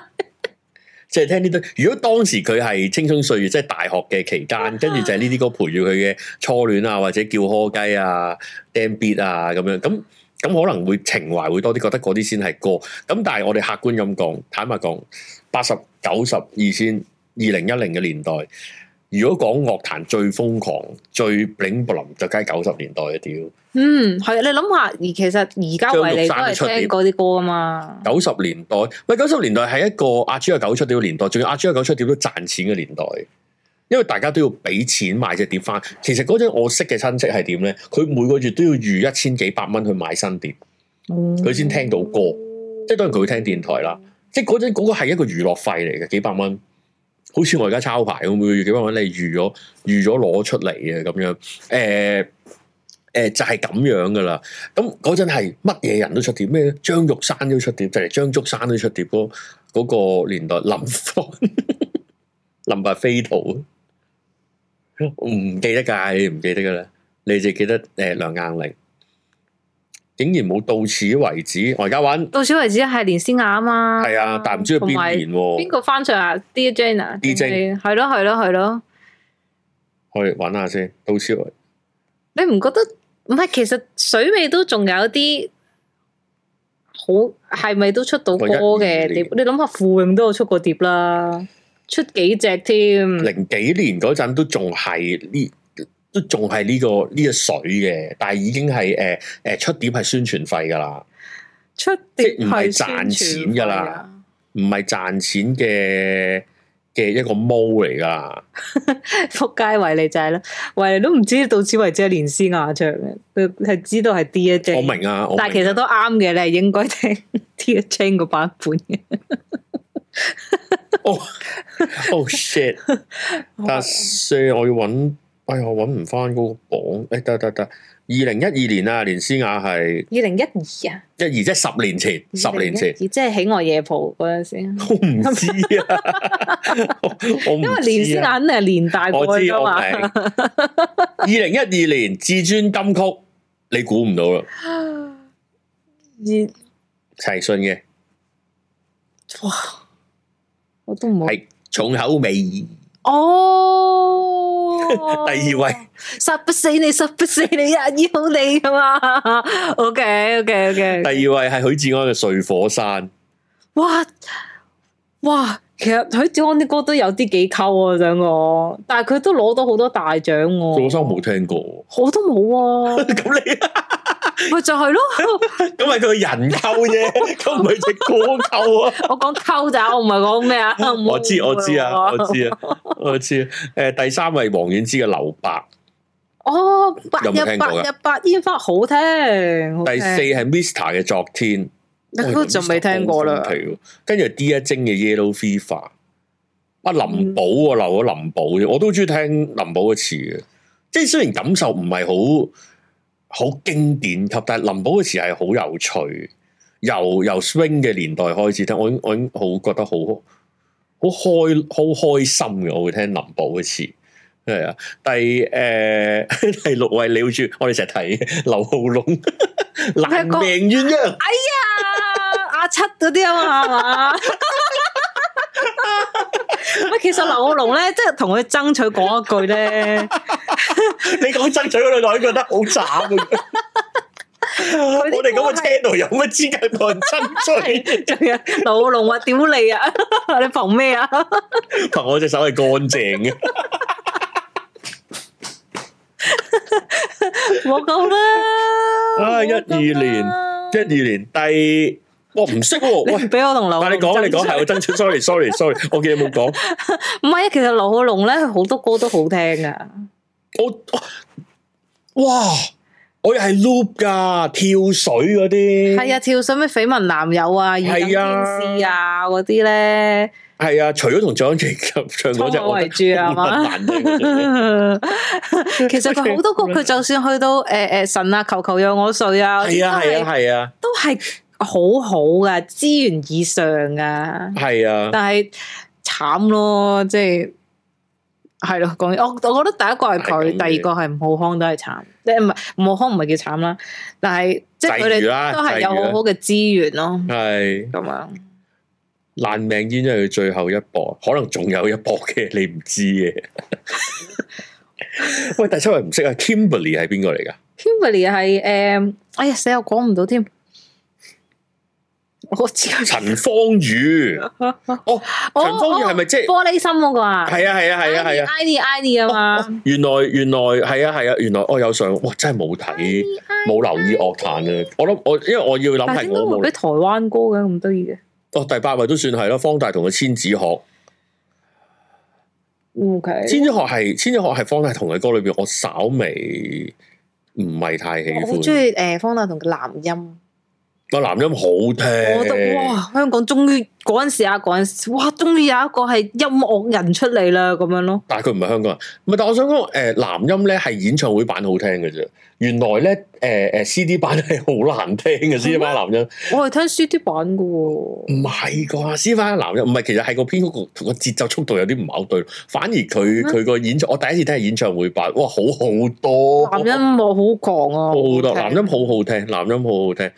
S1: 即係聽呢啲，如果當時佢係青春歲月，即係大學嘅期間，跟住就係呢啲歌陪住佢嘅初戀啊，或者叫柯雞啊、damn beat 啊咁樣，咁咁可能會情懷會多啲，覺得嗰啲先係歌。咁但係我哋客觀咁講，坦白講，八十九十二千二零一零嘅年代，如果講樂壇最瘋狂、最 bling bling 就梗係九十年代嘅屌。
S2: 嗯，係啊你諗下，而其實而家
S1: 張
S2: 維
S1: 玉
S2: 尼都
S1: 山都
S2: 係
S1: 出碟
S2: 聽嗰啲歌啊嘛，
S1: 九十年代，喂，九十年代係一個阿豬阿狗出碟嘅年代，仲要阿豬阿狗出碟都賺錢嘅年代，因為大家都要俾錢買隻碟翻。其實嗰陣我識嘅親戚係點咧？佢每個月都要預一千幾百蚊去買新碟，佢
S2: 佢
S1: 先聽到歌。即係當然佢會聽電台啦，即係嗰陣嗰個係一個娛樂費嚟嘅，幾百蚊。好似我而家抄牌咁，每個月幾百蚊，你預咗預咗攞出嚟嘅咁樣。誒、誒、就係、咁樣噶啦。咁嗰陣係乜嘢人都出碟，咩張玉山都出碟，就嚟張竹山都出碟嗰嗰、個年代，林芳 林白飛圖，我唔記得㗎，你唔記得㗎啦，你淨係記得誒、梁雁玲。竟然冇到此為止，我而家揾
S2: 到此為止係連詩雅啊嘛，
S1: 係啊，但唔知佢
S2: 同埋
S1: 邊年喎
S2: 邊。個翻唱啊？D J 啊
S1: DJ
S2: 係咯係咯係咯，
S1: 去揾下先，到此為
S2: 你唔覺得？唔係，其實水尾都仲有啲好，係咪都出到歌
S1: 我一二
S2: 嘅碟？
S1: 年
S2: 你諗下，傅穎都有出過碟啦，出幾隻添？
S1: 零幾年嗰陣都仲係呢，都仲係呢個呢、個水嘅，但係已經係誒誒出碟係宣傳費㗎啦，
S2: 出碟
S1: 即係唔係
S2: 宣傳
S1: 賺錢㗎啦
S2: 費啊。
S1: 唔係賺錢嘅嘅一個毛嚟㗎。
S2: 仆街維尼就係啦，維尼都唔知到此為止係連詩雅唱嘅，佢係知道係 D J。
S1: 我明啊，我
S2: 但係其
S1: 明。
S2: 實都啱嘅，你係應該聽 T Chain 個版本嘅。
S1: 哦 oh shit！但係我要揾，哎呀，我揾唔翻嗰個榜。誒得得得，二零一二年啊，連詩雅係
S2: 二零一二啊，
S1: 一二，即係十年前，十年前
S2: 2012，即係喜愛夜蒲嗰陣時，因
S1: 我唔知 啊，我我唔
S2: 為連詩
S1: 知啊
S2: 雅肯定係連大過
S1: 我知
S2: 㗎
S1: 我
S2: 嘛。
S1: 明。二零一二年至尊金曲，你估唔到啦，
S2: 而
S1: 齊信嘅
S2: 我都冇。
S1: 係重口味，第，
S2: 哦
S1: 二位
S2: 殺不死你，殺不死你啊！醫好你噶嘛？OK，OK，OK。
S1: 第二位係許志安嘅《睡火山》，
S2: 哇哇，其實許志安啲歌都有啲幾溝啊，我想講，但係佢都攞到好多大獎
S1: 《
S2: 喎、
S1: 醉生冇聽過，
S2: 我都冇啊，
S1: 咁你
S2: 咪就係咯，
S1: 咁係佢個人溝啫， 咁唔係隻歌溝啊！
S2: 我講溝咋，我唔係講咩啊，唔好
S1: 我知我知啊，
S2: 誤會
S1: 我知啊，我知啊。誒，第三位黃婉之嘅《留白
S2: 哦，白
S1: 有冇
S2: 日
S1: 聽過
S2: 白
S1: 㗎
S2: 日白煙花好聽，》，
S1: 第四
S2: 四
S1: 係 Mr 嘅《昨天》，
S2: 你都仲未聽過啦，
S1: 跟住 D 一精嘅 Yellow Fever，啊林寶啊留咗林寶啫，我都中意聽林寶嘅詞嘅，即係雖然感受唔係好好經典級，但係林寶嘅詞係好有趣。由由 swing 嘅年代開始聽，我已經我已經好覺得好好開好開心嘅，我會聽林寶嘅詞。係啊，第誒、 第六位你要注，我哋成日睇劉浩龍難 命鴛鴦。
S2: 啊阿七嗰啲啊嘛，係嘛？喂，其實劉浩龍咧，即係同佢爭取講一句咧，
S1: 你講爭取嗰兩個，我覺得好慘啊！ 我哋咁嘅車度有乜資格同人爭取？
S2: 仲有劉浩龍話屌你啊， 你憑咩啊？
S1: 憑我隻手係乾淨嘅，啊
S2: 我夠啦！
S1: 啊一二年
S2: 啊
S1: 一二年第，我唔識喎。
S2: 喂，
S1: 喂，
S2: 俾我同劉浩
S1: 但係你
S2: 龍
S1: 講你講
S2: 爭取
S1: 係我爭取，sorry，sorry，sorry，我記得冇講。
S2: 唔係啊？其實劉浩龍咧，佢好多歌都好聽噶，
S1: 我我哇，我又係 loop 噶，跳水嗰啲，
S2: 係啊，跳水咩緋聞男友啊，二
S1: 嗯
S2: 等
S1: 係啊
S2: 天使啊嗰啲咧，
S1: 係啊，除咗同張傑合唱嗰只，
S2: 滄海
S1: 我
S2: 為
S1: 覺得
S2: 主啊嘛
S1: 好難聽嗰隻
S2: 其 實佢好多歌，佢就算去到誒誒神啊，求求讓我睡啊，
S1: 係啊
S2: 都係
S1: 係啊係啊
S2: 都係好好噶，資源以上噶，
S1: 係啊，
S2: 但係慘咯，即係係咯，講我我覺得第一個係
S1: 係咁啊嘅
S2: 佢，第二個係吳浩康都係慘，即係唔係吳浩康唔係叫慘啦，但係即係佢
S1: 際遇啦
S2: 哋都係有好好嘅資源咯，
S1: 係。啊
S2: 咁樣
S1: 爛命煙真係佢最後一搏，可能仲有一搏嘅，你唔知嘅。 喂，第七位唔識啊，Kimberly 係邊個嚟噶？
S2: Kimberly 係誒，哎呀死我講唔到添，我知佢
S1: 陳芳宇，哦，
S2: 哦
S1: 陳芳宇係咪即係？
S2: 玻璃心嗰個啊？
S1: 係啊係啊係啊係啊！
S2: i d i d 啊嘛，
S1: 原來原來係啊係啊，原來我有上，哇！真係冇睇，冇留意樂壇啊！我諗我因為我要諗
S2: 但係
S1: 係
S2: 點解
S1: 我
S2: 會
S1: 冇
S2: 俾。台灣歌嘅咁得意嘅
S1: 哦，第八位都算係啦，方大同嘅《千紙鶴》，
S2: ？O K，
S1: 《千紙鶴》係《千紙鶴》係方大同嘅歌裏邊，我稍微唔係太喜
S2: 我好
S1: 歡
S2: 中。意誒方大同嘅男音，
S1: 個男音好聽，
S2: 我覺得哇，香港終於嗰陣時啊，嗰陣時哇，終於有一個係音樂人出嚟啦，咁樣咯。
S1: 但係佢唔係香港人，唔係。但我想講，誒、呃男音咧係演唱會版好聽嘅啫。原來呃咧，誒、誒 CD 版係好難聽嘅 CD 版男音，
S2: 我係聽 CD 版嘅喎，
S1: 唔係啩？CD 版男音唔係，其實係個編曲個個節奏速度有啲唔係好對，反而
S2: 嗯
S1: 佢佢個演唱，我第一次聽係演唱會版，哇，好好多，
S2: 男音樂好狂啊，
S1: 好好多，
S2: 聽
S1: 男音好好聽，男音好好聽。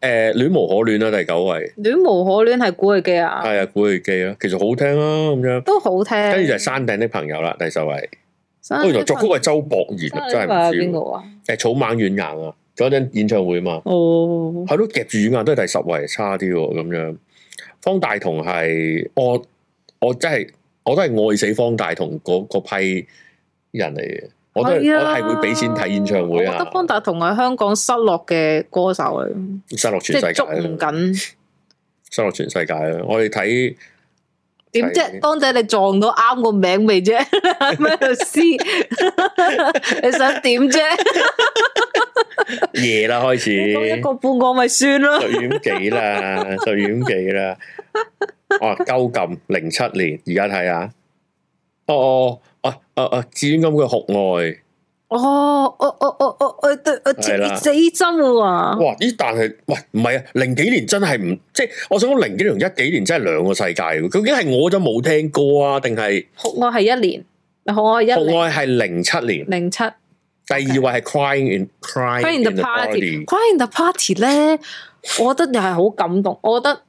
S1: 誒、戀無可戀啊啦，第九位
S2: 戀無可戀係古巨基啊，
S1: 係啊，古巨基啊，其實好聽啊，咁樣。
S2: 都好聽。
S1: 跟住就係山頂的朋友啦，第十位。
S2: 山
S1: 哦，原來作曲係周博賢啊，真係唔知
S2: 邊
S1: 喎。
S2: 個啊？
S1: 誒，草蜢軟硬啊，嗰陣演唱會嘛，
S2: 哦，
S1: 係咯，夾住軟硬都係第十位，差啲喎咁樣。方大同係我，我真係我都係愛死方大同嗰嗰批人嚟嘅，我都係
S2: 係
S1: 我
S2: 啊
S1: 係會俾錢睇演唱會
S2: 我覺得
S1: 啊，
S2: 方大同係香港失落嘅歌手嚟，
S1: 失落
S2: 即
S1: 全世界
S2: 係捉唔
S1: 啦，
S2: 緊。
S1: 失落全世界啦。我哋睇
S2: 點
S1: 係
S2: 啫？當仔你撞到啱個名 未啫？喺咩度撕？ 你想點啫？
S1: 夜啦開
S2: 講一
S1: 始。
S2: 個半個咪算 咯。
S1: 十點幾 啦，十點幾啦。哦，鳩撳零七年，而家睇下。哦哦哦哦哦，至於咁嘅酷愛，
S2: 哦，我我我我我對我
S1: 係啦
S2: 接死針喎，
S1: 哇！咦，但係喂，唔係啊，零幾年真係唔即係，我想講零幾年同一幾年真係兩個世界喎。究竟係我就冇聽歌啊，定係
S2: 酷愛係一年，酷愛一
S1: 酷
S2: 零
S1: 愛係零七年？
S2: 零七。
S1: 第二 位係 Crying in
S2: Crying
S1: Crying in
S2: in the
S1: the Body，
S2: party，Crying in the party 咧，我覺得又係好感動。我覺得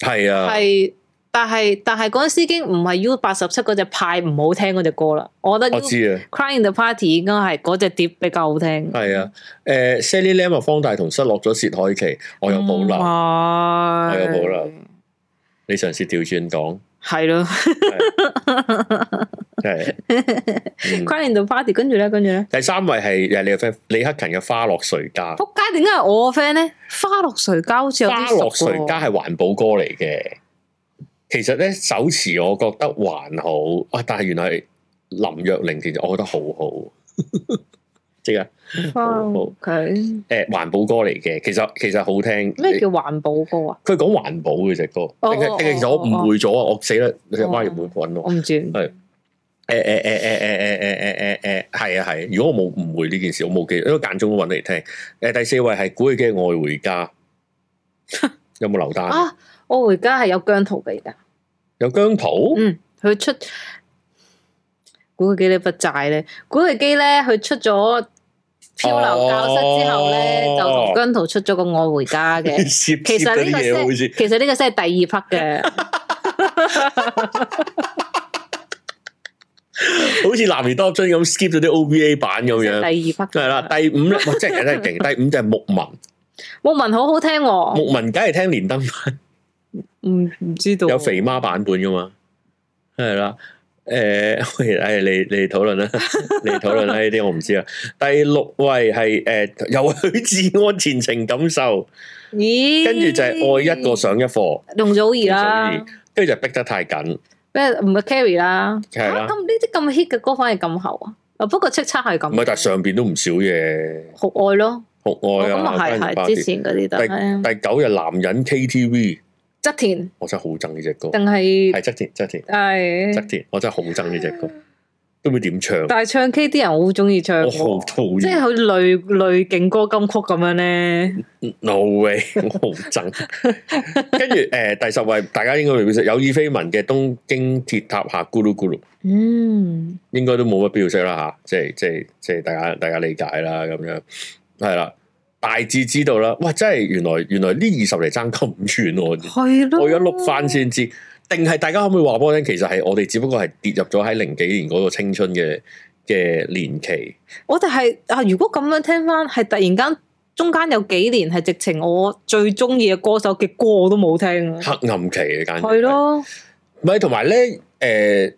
S1: 係啊，
S2: 係，但係但係嗰陣時已經唔係 U 八十七嗰只派唔好聽嗰只歌啦。我覺得
S1: 我
S2: U,
S1: 知啊。
S2: Crying in the party 應該係嗰只碟比較好聽。
S1: 係啊，誒、Sally Lam 啊，方大同失落咗薛凱琪，我有保留，
S2: 嗯我
S1: 我有保留你嘗試調轉講，
S2: 係咯
S1: 係。嗯
S2: ，Crying in the party，跟住咧，跟住咧，
S1: 第三位係誒李克勤李克勤嘅《花落誰家》，
S2: 仆街點解係我個 friend 咧？花落誰家好似有
S1: 《花落
S2: 啲熟
S1: 誰家
S2: 喎。》
S1: 係環保歌嚟嘅。其實咧，手詞我覺得還好啊，但係原來係林若寧其實我覺得好好， 即係
S2: 花
S1: 好
S2: 佢
S1: 誒環保歌嚟嘅。其實其實好聽。
S2: 咩叫環保歌啊？
S1: 佢講環保嘅隻歌，定
S2: 哦
S1: 係定係其實
S2: 哦
S1: 我誤會咗啊！我死啦，你隻蛙
S2: 哦
S1: 入會揾我。
S2: 我唔知。
S1: 誒誒誒誒誒誒誒誒誒誒誒，係啊係啊！如果我冇誤會呢件事，我冇記，因為間中都揾你聽。誒第四位係古巨基嘅《愛回家》，有冇留單？
S2: 啊！我回家係有姜濤嘅而家，
S1: 有姜 濤，
S2: 嗯，佢出古巨基呢筆債咧，古巨基咧佢出咗漂流教室之後咧，
S1: 哦
S2: 就同姜濤出咗個愛回 家嘅。
S1: 攝
S2: 其實
S1: 攝
S2: 呢
S1: 嗰
S2: 個
S1: 啲嘢好
S2: 先
S1: 似
S2: 係，其實呢個先係第二 part 嘅，
S1: 好似男兒當入樽咁 skip 咗啲 OVA 版咁
S2: 第
S1: 樣。
S2: 二 part
S1: 係啦，第五咧，哇！真係真係勁。第五就係牧民，
S2: 木文好好聽喎，
S1: 牧民梗係聽連登
S2: 唔唔知道
S1: 有肥媽版本噶嘛？係啦，誒、喂，誒， 你你討論 啦，你討論啦，呢啲我唔知啦。第六位係誒、由許志安前程感受，
S2: 咦？
S1: 跟住就係愛一個上一課，
S2: 容祖兒啦
S1: 容，跟住就逼得太緊，
S2: 咩唔係 Carrie 啦，
S1: 係啦
S2: 啊咁呢啲咁 hit 嘅歌反而咁後啊，啊不過叱咤係咁，
S1: 唔係，但係上邊都唔少嘢，
S2: 酷愛咯，
S1: 酷
S2: 哦
S1: 愛
S2: 咁
S1: 啊，
S2: 啊係
S1: 關於八
S2: 係
S1: 點
S2: 之前嗰啲都係。
S1: 第九日男人 KTV，
S2: 側田
S1: 我真係好憎呢只歌，
S2: 定係
S1: 係側田側田側
S2: 係，
S1: 田，我真係好憎呢只歌，都唔知點唱，
S2: 但係唱 K 啲人好中意唱
S1: 我
S2: 喎，
S1: 好討
S2: 即係
S1: 厭
S2: 佢類類勁歌金曲咁樣咧。
S1: ，no way，我 好憎。跟住誒第十位，大家應該未必識，有意非文嘅《東京鐵塔下咕嚕咕嚕》，
S2: 嗯，
S1: 應該都冇乜必要識啦吓，即係即係即係大家大家理解啦咁樣，係啦，大致知道啦。哇，真係原來原來呢二十嚟爭咁遠喎，
S2: 係咯。
S1: 我而家碌翻先知。定係大家可唔可以話俾我聽？其實係我哋只不過係跌入咗喺零幾年嗰個青春嘅嘅年期。
S2: 我哋係啊，如果咁樣聽翻，係突然間中間有幾年係直情我最中意嘅歌手嘅歌我都冇聽啊。
S1: 黑暗期嘅簡直
S2: 係咯，
S1: 唔係，同埋咧，誒、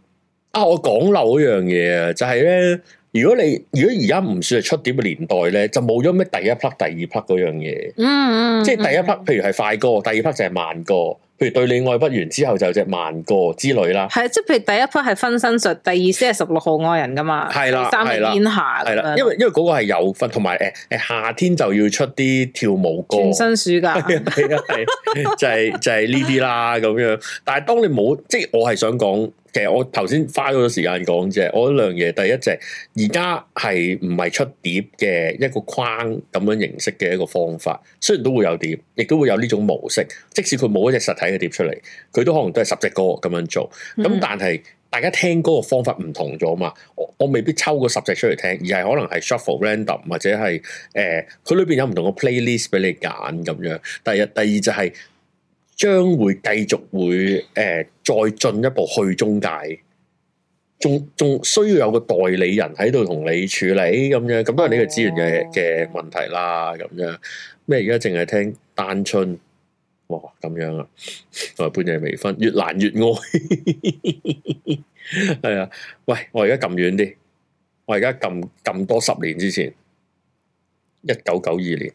S1: 啊，我講漏一樣嘢啊，就係、咧，如果你如果而家唔算係出碟嘅年代咧，就冇咗咩第一 part、第二 part 嗰樣嘢，
S2: 嗯嗯，
S1: 即係第一 part，
S2: 嗯
S1: 譬如係快歌，第二 part 就係慢歌，譬如對你愛不完之後就有隻慢歌之類啦，
S2: 係即係譬如第一 part 係分身術，第二先係十六號愛人噶嘛，
S1: 係啦
S2: 第三
S1: 係
S2: 係
S1: 啦
S2: 天下
S1: 係
S2: 咁
S1: 啦，
S2: 樣，
S1: 因為因為嗰個係有分，同埋誒誒夏天就要出啲跳舞歌。
S2: 全身暑假
S1: 係啊係啊係，就係就係呢啲啦咁樣。但係當你冇，即係我係想講，其實我頭先花咗時間講啫。我兩樣嘢，第一就係而家係唔係出碟嘅一個框咁樣形式嘅一個方法，雖然都會有碟，亦都會有呢種模式。即使佢冇一隻實體嘅碟出嚟，佢都可能都係十隻歌咁樣做。咁
S2: 嗯
S1: 但係大家聽歌嘅方法唔同咗嘛，我我未必抽個十隻出嚟聽，而係可能係 shuffle random 或者係誒，呃佢、裏邊有唔同嘅 playlist 俾你揀咁樣。第一第二就係、將會繼續會誒、呃再進一步去中介，仲仲需要有個代理人喺度同你處理咁樣，咁當然呢個資源嘅
S2: 哦
S1: 嘅問題啦，咁樣咩而家淨係聽單春，哇咁樣啊，同埋半夜微醺，越難越愛， 係啊，喂，我而家撳遠啲，我而家撳撳多十年之前，一九九二年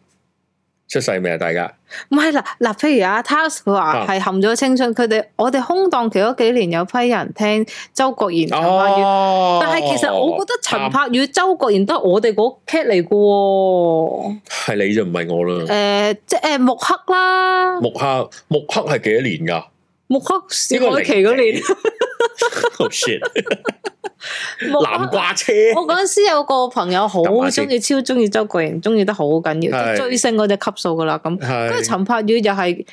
S1: 出世未啊？大家？
S2: 唔係啦，嗱，譬如阿啊 Task 佢話呃係含咗青春，佢哋我哋空檔期嗰幾年有批人聽周國賢、陳柏宇，
S1: 哦，
S2: 但係其實我覺得陳柏宇、周國賢都係我哋嗰 cat 嚟嘅喎，
S1: 係你就唔係我啦。
S2: 誒即係誒木刻啦，
S1: 木刻木刻係幾多年噶？
S2: 木刻小
S1: 呢個
S2: 海琪嗰年，
S1: Oh shit！
S2: 木刻
S1: 南瓜車
S2: 我嗰陣時有個朋友好
S1: 撳下先
S2: 中意，超中意周國賢，中意得好緊要，
S1: 係
S2: 即係追星嗰隻級數噶啦咁。跟住
S1: 係
S2: 陳柏宇又係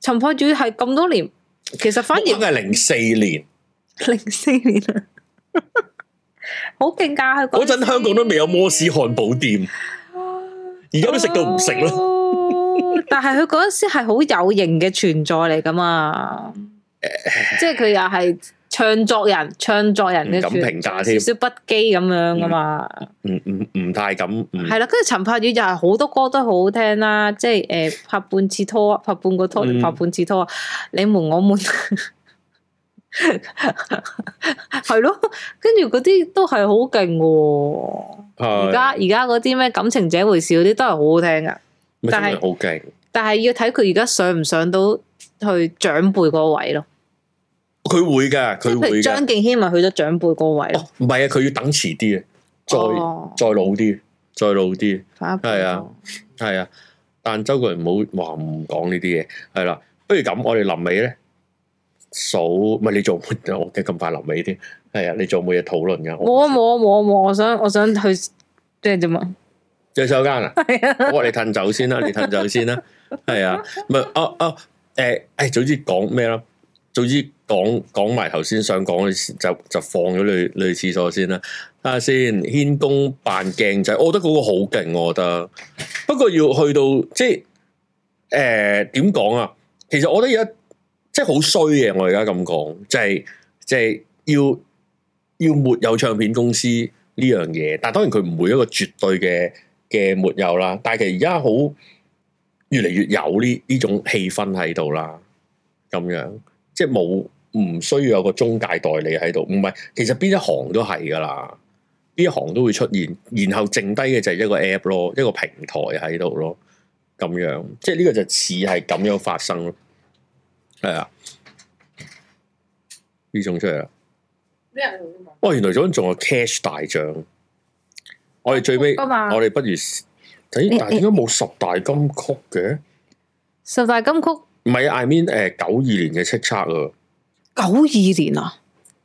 S2: 陳柏宇係咁多年，其實反
S1: 木刻
S2: 而
S1: 係零四年
S2: 零四年啊，好勁㗎！佢
S1: 嗰陣，香港都未有摩斯漢堡店，而家都食到唔食
S2: 哦
S1: 咯。
S2: 咯。哦但係佢嗰陣時係好有型嘅存在嚟㗎嘛，即係佢又係唱作人、唱作人嘅
S1: 唔敢
S2: 存
S1: 評價添
S2: 少少不羈咁樣㗎嘛。
S1: 唔唔唔太敢，唔
S2: 係啦，跟住陳柏宇又係好多歌都好好聽啦，即係 誒、拍半次拖，拍半個拖，
S1: 嗯
S2: 拍半次拖，你瞞我 瞞，係咯，跟住嗰啲都係好勁嘅喎。而家
S1: 係
S2: 而家嗰啲咩感情這回事嗰啲都係好好聽噶，
S1: 咪真
S2: 但係
S1: 係好勁。
S2: 但係要睇佢而家上唔上到去長輩嗰位咯。
S1: 佢會㗎，
S2: 即
S1: 佢
S2: 係譬
S1: 會
S2: 如
S1: 㗎。
S2: 張敬軒咪去咗長輩嗰位咯
S1: 哦，唔係啊，佢要等遲啲啊，再
S2: 哦
S1: 再老啲，再老啲。
S2: 反一步
S1: 係啊係啊，但周國人唔好話唔講呢啲嘢，係啦。不如咁，我哋臨尾咧數，唔係你做乜？我驚咁快臨尾添。係啊，你做冇嘢討論噶？我
S2: 冇啊冇啊冇啊冇啊，我想我想去即係點啊？
S1: 有手間啊！
S2: 係啊。
S1: 我哋褪走先 啦，你褪走先啦。係啊，唔係啊啊誒誒，總之講咩啦？總之講講埋頭先想講嘅事就就放咗你你去廁所先啦。睇下先，軒公扮鏡仔，我覺得嗰個好勁，我覺得。不過要去到即係誒點講啊？其實我覺得而家即係好衰嘅，我而家咁講，就係、就係、要要沒有唱片公司呢樣嘢。但係當然佢唔會一個絕對嘅嘅沒有啦。但係其實而家好越嚟越有呢呢種氣氛喺度啦，咁樣即係冇唔需要有個中介代理喺度，唔係其實邊一行都係噶啦。邊一行都會出現，然後剩低嘅就係一個 app 咯，一個平台喺度咯，咁樣，即係呢個就似係咁樣發生咯，係啊，呢種出嚟啦，哇，原來嗰陣仲有 cash 大獎，我哋最尾，
S2: 㗎嘛
S1: 我哋不如，咦，但係點解冇十大金曲嘅？
S2: 十大金曲九
S1: 唔係啊，I mean 誒九二年嘅叱咤啊，
S2: 二年啊，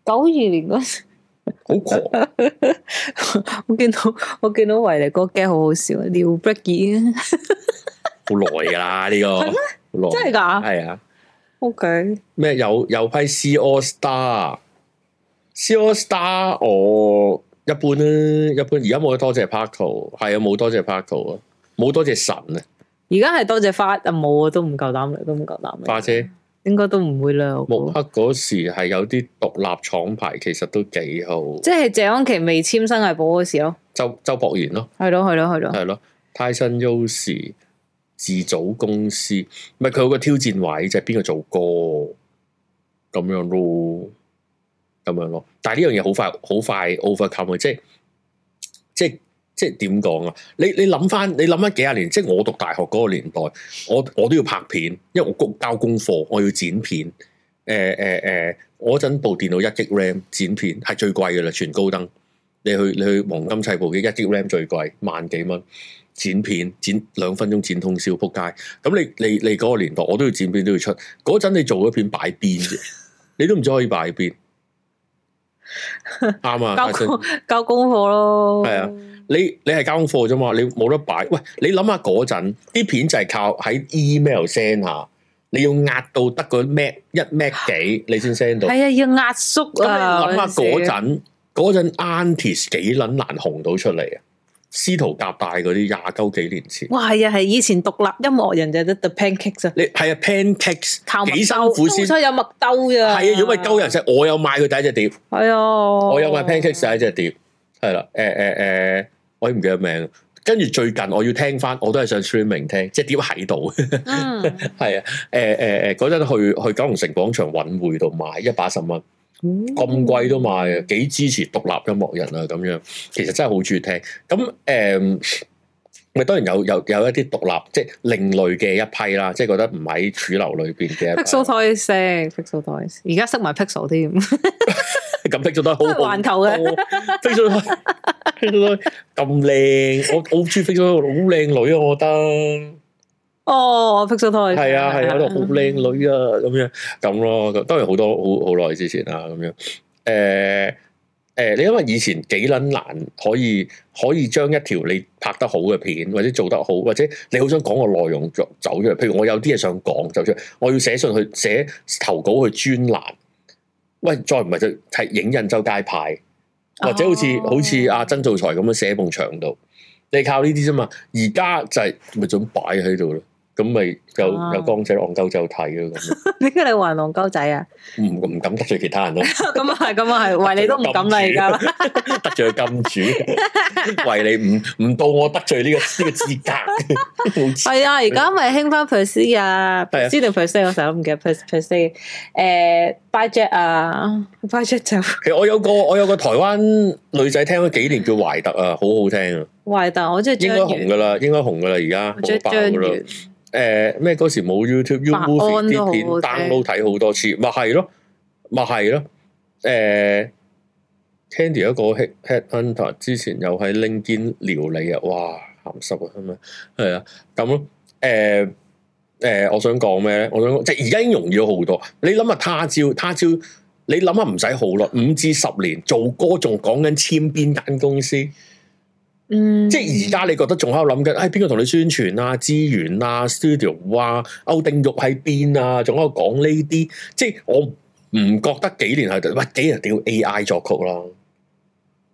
S2: 九二年嗰時，
S1: 好狂，
S2: 我見到我見到維尼個 g 好好笑，啊尿 break
S1: 好耐㗎啦呢個，
S2: 係
S1: 好
S2: 真
S1: 耐，
S2: 係㗎
S1: 係啊。
S2: ，OK，
S1: 咩有有批 C All Star，C All Star 我一般啦，一般而家冇得多謝 Paco，係啊冇多謝 Paco 啊，冇多謝神啊，
S2: 而家係多謝花啊冇啊，都唔夠膽嚟，都唔夠膽嚟，
S1: 花姐啊
S2: 應該都唔會啦，我
S1: 木
S2: 估
S1: 刻嗰時係有啲獨立廠牌，其實都幾好，
S2: 即係謝安琪未簽新藝寶嗰時咯，
S1: 周周博賢咯，
S2: 係咯係咯係咯，
S1: 係咯，Tyson U 時自組公司，咪佢有個挑戰位就係邊個做歌咁樣咯，咁樣咯，但係呢樣嘢好快好快 overcome 啊，即係即係。即係點講啊？你你諗翻，你諗翻幾廿年，即係我讀大學嗰個年代，我我都要拍片，因為我谷交功課，我要剪片。誒誒誒，我嗰陣部電腦一 G RAM 剪片係最貴嘅啦，全高登。你去你去黃金砌部機一 G RAM 最貴，萬幾蚊剪片，剪兩分鐘剪通宵，仆街。咁你你你嗰個年代，我都要剪片都要出。嗰陣你做嗰片擺邊啫，你都唔知可以擺邊。啱啊！
S2: 交
S1: 阿信
S2: 功交功課咯，
S1: 係啊，你你係交功課啫嘛，你冇得擺。喂，你諗下嗰陣啲片就係靠喺 email send 下，你要壓到得個 Mac 一 Mac 幾，你先 send 到。
S2: 係啊，要壓縮
S1: 咁
S2: 啊，
S1: 你諗下嗰
S2: 陣時
S1: 陣嗰陣 Aunties 幾撚難紅到出嚟啊！司徒夾帶嗰啲廿鳩幾年前，
S2: 哇，係啊，係以前獨立音樂人就係得 The Pancakes 啊，
S1: 你係啊 Pancakes
S2: 靠
S1: 幾
S2: 麥
S1: 辛
S2: 兜，
S1: 苦先
S2: 當初有麥兜咋，
S1: 係啊！如果咪鳩人食，我有買佢第一隻碟，
S2: 係啊，
S1: 我有買 Pancakes 第一隻碟，係啦，誒誒誒，我已經唔記得名啦。跟住最近我要聽翻，我都係上 streaming 聽，即係碟喺度。
S2: 嗯，
S1: 係啊，誒誒誒，嗰陣去去九龍城廣場揾匯度買一百十蚊，咁貴都買啊，幾支持獨立音樂人啊咁樣，其實真係好中意聽。咁誒，咪、當然有有有一啲獨立即係另類嘅一批啦，即係覺得唔喺主流裏邊嘅一批。
S2: Pixel Toys 識 Pixel Toys，而家識埋 Pixel 添，
S1: 咁 Pixel 都係好
S2: 都係環球嘅
S1: Pixel Pixel 咁靚，我我好中意 Pixel 好靚女啊，我覺得。
S2: 哦，Pixel Toys
S1: 係啊係啊，喺度好靚女啊咁樣咁咯，咁當然好多好好耐之前啦咁樣。誒、誒、你因為以前幾撚難可以可以將一條你拍得好嘅片，或者做得好，或者你好想講個內容走走出嚟。譬如我有啲嘢想講走出嚟，我要寫信去寫投稿去專欄。喂，再唔係就係影印周街派，或者好似、
S2: 哦
S1: 好似阿曾造才咁樣寫埲牆度，你靠呢啲啫嘛。而家就係咪就咁擺喺度咯，咁咪有
S2: 啊
S1: 有光仔戇鳩就睇咯，咁
S2: 點解你話人狼鳩仔啊？
S1: 唔唔敢得罪其他人咯，
S2: 咁啊係，咁啊係，為你都唔敢啦而家啦。
S1: 得罪金主，為你唔唔到我得罪呢、個呢、個資格， 好似
S2: 係啊，而家咪興翻 per se 啊
S1: 係啊
S2: ，per se 定 per se 我成日都唔記得 per per se。誒，by jet 啊，by jet 就
S1: 其實我有個我有個台灣女仔聽咗幾年叫懷特啊，好好聽啊，
S2: 壞蛋，我中意
S1: 應該
S2: 章
S1: 紅
S2: 魚，
S1: 噶啦，應該紅噶啦，而家
S2: 我中
S1: 好
S2: 意
S1: 爆
S2: 章
S1: 噶啦。
S2: 魚。
S1: 誒呃咩嗰時冇 YouTube、U
S2: 白安都
S1: Movie 啲片
S2: 好好聽
S1: download 睇好多次，咪係咯，咪係咯。誒、Candy 一個 head head hunter 之前又喺 LinkedIn 撩你啊，哇鹹濕啊咁樣，係啊咁咯。誒、誒、我想講咩咧？我想講即係而家已經容易咗好多。你諗下他朝，他朝你諗下唔使好耐，五至十年做歌仲講緊簽邊間公司。
S2: 嗯，
S1: 即係而家你覺得仲喺度諗緊，唉邊個同你宣傳啊、資源啊、studio 啊、歐定玉喺邊啊，仲喺度講呢啲，即係我唔覺得幾年係喂幾年屌 AI 作曲啦。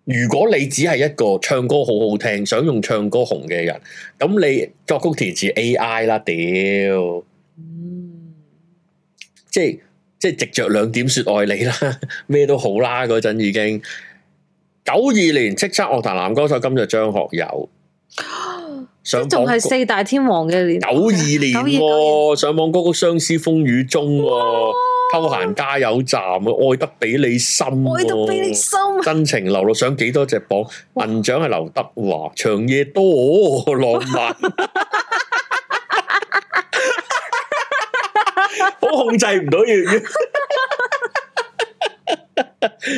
S1: 如果你只係一個唱歌好好聽、想用唱歌紅嘅人，咁你作曲填詞 AI 啦，屌！
S2: 嗯
S1: 即係即係藉着兩點說愛你啦， 咩都好啦，嗰陣已經九二年叱咤樂壇男歌手，今日張學友上
S2: 仲
S1: 榜
S2: 哦係
S1: 九
S2: 四大天王嘅年代。
S1: 二年
S2: 九二
S1: 喎，上網歌曲《相思風雨中》喎，偷閒加油站啊，愛得比你深喎，
S2: 愛到俾你心，
S1: 真情流露上幾多隻榜？銀獎係劉德華，長夜多浪漫，好控制唔到要要。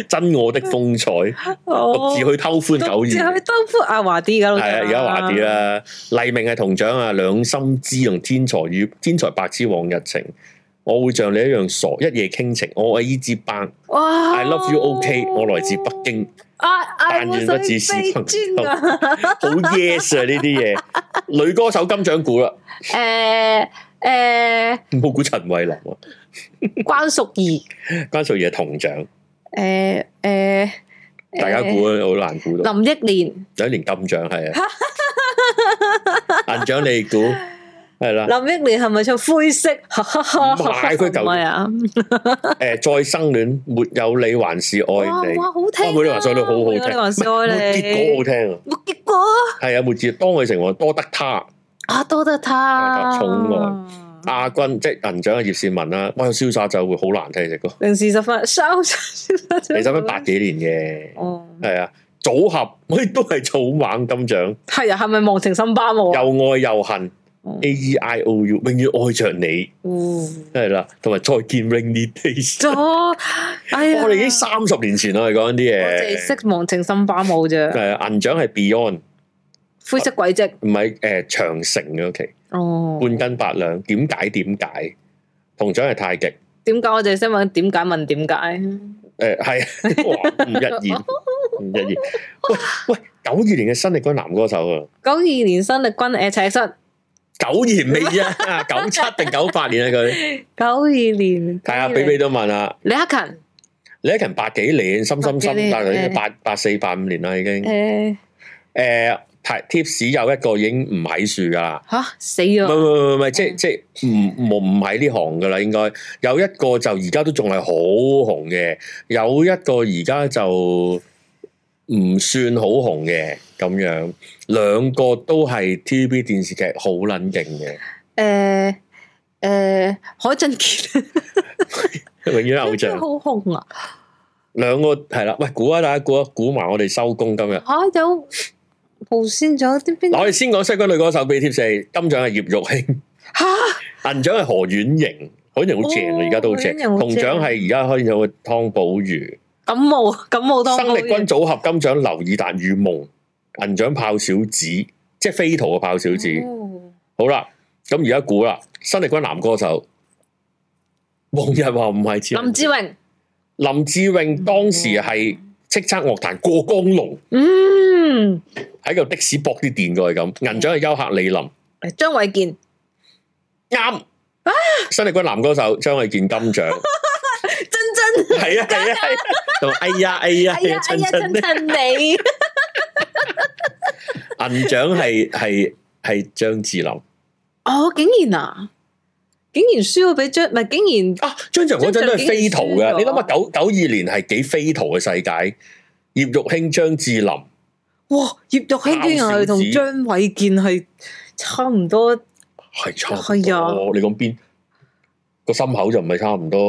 S1: 真我的風采，獨
S2: 哦
S1: 自去偷歡九
S2: 獨自
S1: 二，
S2: 去兜風啊，華啲
S1: 係
S2: 而家
S1: 啊，而家話啲，啦。黎明係銅獎啊，兩心知同天才與天才白痴往日情，我會像你一樣傻，一夜傾情。我係呢支班
S2: 哇
S1: ，I love you OK，我
S2: 哦
S1: 來自北京。
S2: 啊，但
S1: 但願不只是朋友
S2: 啊！
S1: 好 yes 啊呢啲嘢，女歌手金獎估啦，
S2: À, 誒誒，
S1: 冇估陳慧琳啊，
S2: 關淑怡，
S1: 關淑怡係銅獎，
S2: 誒誒，
S1: 大家估啊，好難估到，
S2: 林憶蓮，
S1: 有一年金獎係啊，銀獎你估係啦，
S2: 林憶蓮係咪唱灰色？ 唔
S1: 係佢舊
S2: 唔係啊！
S1: 誒再生戀沒有你還是愛
S2: 哇
S1: 你，
S2: 哇，好聽啊！
S1: 哇每個人上到好好
S2: 每
S1: 聽，
S2: 個人上
S1: 唔
S2: 愛
S1: 係
S2: 你，
S1: 末節歌好聽啊，
S2: 冇結果
S1: 係啊末節，當佢成為多得他
S2: 啊，多得他
S1: 寵亞軍，啊即係銀獎嘅葉倩文啊啦，哇瀟灑就會好難聽隻歌，
S2: 零時十分，三十分，
S1: 你使唔使八幾年嘅？
S2: 哦，
S1: 係啊，組合，喂，都係草蜢金獎，
S2: 係啊，係咪忘情深巴舞啊？
S1: 又愛又恨
S2: 嗯
S1: ，A E I O U，永遠愛着你，
S2: 嗯
S1: 係啦，同埋再見 Rainy Days，
S2: 咗，哎呀，
S1: 我哋已經三十年前啦，你講緊
S2: 我淨係
S1: 啲嘢，
S2: 識啊忘情深巴舞啫，
S1: 誒銀獎係 Beyond，
S2: 灰色軌跡
S1: 唔係誒長城嘅，OK。
S2: 哦。
S1: 半斤八兩，點解點解？同獎係太極，
S2: 點解我淨係識問點解問點解？
S1: 誒 係哇吳日言，吳日言，喂喂，九二年嘅新力軍男歌手啊，
S2: 九二年生力軍誒赤室，
S1: 九二年未 啊，九七定九八年啊佢，
S2: 九二年
S1: 係啊，比比都問啦，
S2: 李克勤
S1: 李克勤八幾年，心心
S2: 八幾
S1: 心，
S2: 年
S1: 但係
S2: 誒
S1: 八八四八五年啦已經，
S2: 誒
S1: 誒排呃 tips 有一個已經唔喺樹噶啦。
S2: 吓死
S1: 唔係
S2: 咗，
S1: 唔係唔係，
S2: 哦
S1: 即係即係唔冇唔喺呢行噶啦，應該有一個就而家都仲係好紅嘅，有一個而家就唔算好紅嘅咁樣，兩個都係 TVB 電視劇好撚勁嘅，
S2: 誒誒海俊傑
S1: 永遠偶
S2: 真
S1: 像。
S2: 係 好紅啊！
S1: 兩個係啦，喂，估啊大家估啊，估埋我哋收工今日。
S2: 吓有無線仲有啲邊
S1: 嗱我哋先講西軍女歌手俾貼士，金獎係葉玉卿，
S2: 吓
S1: 銀獎係何婉瑩，何婉瑩好正啊，
S2: 哦
S1: 而家都好正。
S2: 何婉瑩好
S1: 銅獎
S2: 正
S1: 係而家開始有個湯寶如。
S2: 感冒感冒當
S1: 生力軍組合金獎劉以達與夢，銀獎炮小子，即係飛圖嘅炮小子。
S2: 哦
S1: 好啦，咁而家估啦，生力軍男歌手，黃日華唔係似
S2: 林志嗯榮，
S1: 林志穎當時係叱咤樂壇過江龍，
S2: 嗯
S1: 喺個的士搏啲電過去咁。銀獎係休客李林，
S2: 張衛健
S1: 啱。
S2: 啊
S1: 生力軍男歌手張衛健金獎，
S2: 真真
S1: 係啊係啊係啊，同埋哎呀哎呀哎
S2: 哎呀
S1: 呀，
S2: 哎
S1: 親
S2: 呀
S1: 親
S2: 襯襯你
S1: 銀獎係係係張智霖。
S2: 哦竟然啊竟然輸咗俾張唔係竟然。
S1: 啊，張智霖嗰陣都係飛圖
S2: 張智霖已經輸
S1: 嘅，
S2: 咗
S1: 你諗下九九二年係幾飛圖嘅世界？葉玉卿、張智霖，
S2: 哇！葉玉卿
S1: 爆
S2: 竟然係
S1: 小子
S2: 同張衛健係差唔多
S1: 係差唔
S2: 係
S1: 多
S2: 啊。
S1: 你講邊個心口就唔係差唔多。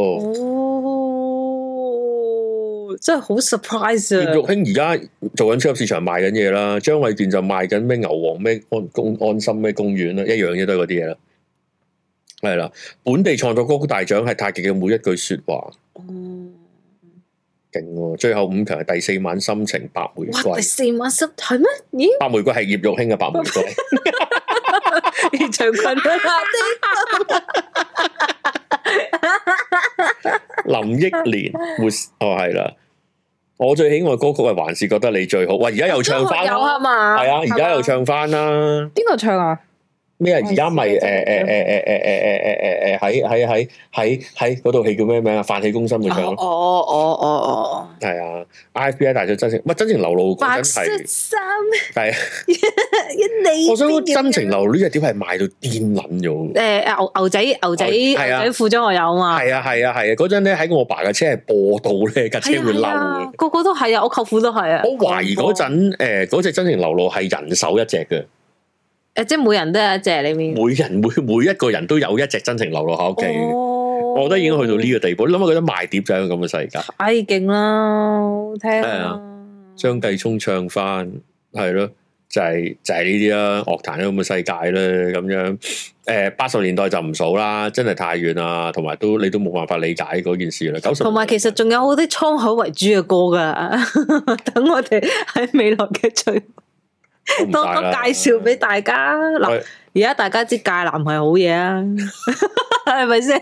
S2: 哦，真係好 surprise
S1: 葉
S2: 啊！
S1: 玉卿而家做緊超級市場賣緊嘢啦，張衛健就賣緊咩牛黃咩安公安心咩公園啦，一樣嘢都係嗰啲嘢啦。係啦，本地創作歌曲大獎係太極嘅每一句說話，
S2: 哦
S1: 勁喎！最後五強係第四晚心情白玫
S2: 哇！
S1: 瑰
S2: 第，四晚濕係咩？咦？
S1: 白玫瑰係葉玉卿嘅白玫 瑰。
S2: 你長裙 啊！
S1: 林憶蓮活哦係啦，我最喜愛歌曲係還是覺得你最好。喂，而家又唱翻
S2: 有啊
S1: 啦，
S2: 嘛？
S1: 係啊，而家又
S2: 係嘛
S1: 唱翻啦。
S2: 邊個唱啊？
S1: 咩啊？而家咪誒誒誒誒誒誒誒誒
S2: 還是
S1: 誒誒喺喺喺喺喺嗰套戲叫咩名啊？泛起攻心嘅唱
S2: 哦哦
S1: 咯，
S2: 哦哦哦！
S1: 係啊！IFB 大咗真情，乜真情流露講
S2: 白
S1: 真
S2: 色
S1: 係
S2: 衫
S1: 係 啊。
S2: 一你，
S1: 我想講真情流露呢隻碟係賣到癲撚咗喎。
S2: 誒誒牛牛仔牛仔牛
S1: 牛係啊
S2: 仔褲裝我有嘛？
S1: 係啊係啊係啊！嗰陣咧喺我爸嘅車係播到咧架車
S2: 係啊
S1: 會嬲
S2: 係啊
S1: 嘅。，
S2: 個個都係啊，我舅父都係啊。
S1: 我懷疑嗰陣誒嗰隻真情流露係人手一隻嘅。
S2: 誒，即係每人都有一隻裏面。
S1: 每人每每一個人都有一隻真情流落喺屋企，
S2: 我
S1: 我覺得已經去到呢個地步。你諗下，覺得賣碟就係一個咁嘅世 界。
S2: 哦太勁啦，好聽
S1: 係
S2: 啊
S1: 啊！張繼聰唱翻係咯，就係、就係呢啲啦，樂壇都咁嘅世界啦，咁樣。誒八十年代就唔數啦，真係太遠啦，同埋都你都冇辦法理解嗰件事啦。九十
S2: 同埋其實仲有好啲滄海為珠嘅歌噶， 等我哋喺未來嘅最
S1: 講唔
S2: 多
S1: 晒
S2: 多
S1: 啦
S2: 介紹俾大家。嗱，
S1: 喂
S2: 而家大家知芥藍係好嘢啊， 係咪先？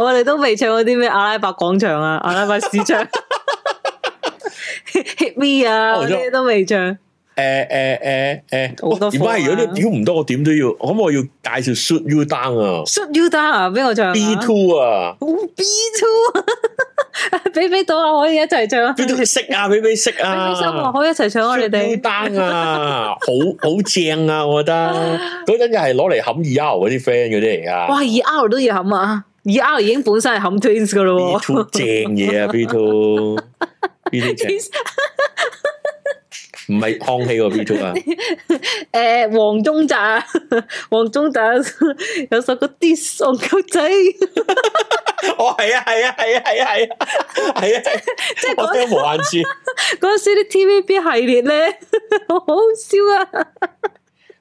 S2: 我哋都未唱過啲咩阿拉伯廣場啊、阿拉伯市場 hit me 啊，
S1: 哦
S2: 嗰啲都未唱。
S1: 誒誒誒誒，
S2: 好
S1: 哇
S2: 多
S1: 點
S2: 貨啊
S1: 解如果你屌唔多，我點都要，可唔可以要介紹 Shoot You Down 啊
S2: Shut you down 啊，邊個唱啊
S1: ？B Two 啊，
S2: 好 B two，俾 俾到啊，可以一齊唱啊！
S1: 邊度識啊？俾俾識
S2: 俾
S1: 啊？
S2: 俾收我可以一齊唱啊！你哋
S1: 單啊，好好正啊！我覺 得嗰陣又係攞嚟冚二 R 嗰啲 friend 嗰啲嚟噶
S2: 哇，二 R 都要冚啊！二 R 已經本身係冚 twins 噶
S1: ，B
S2: 咯
S1: two 正嘢啊，B two B two 正
S2: 喎，
S1: 唔係康熙個 B 足啊，
S2: 诶，黃宗 澤，黃宗澤 有首歌 diss 戇鳩仔，
S1: 哦係啊係啊係啊係啊係啊係啊，即係
S2: 係嗰
S1: 我聽無限次，
S2: 嗰陣時啲 TVB 系列咧， 好好笑啊！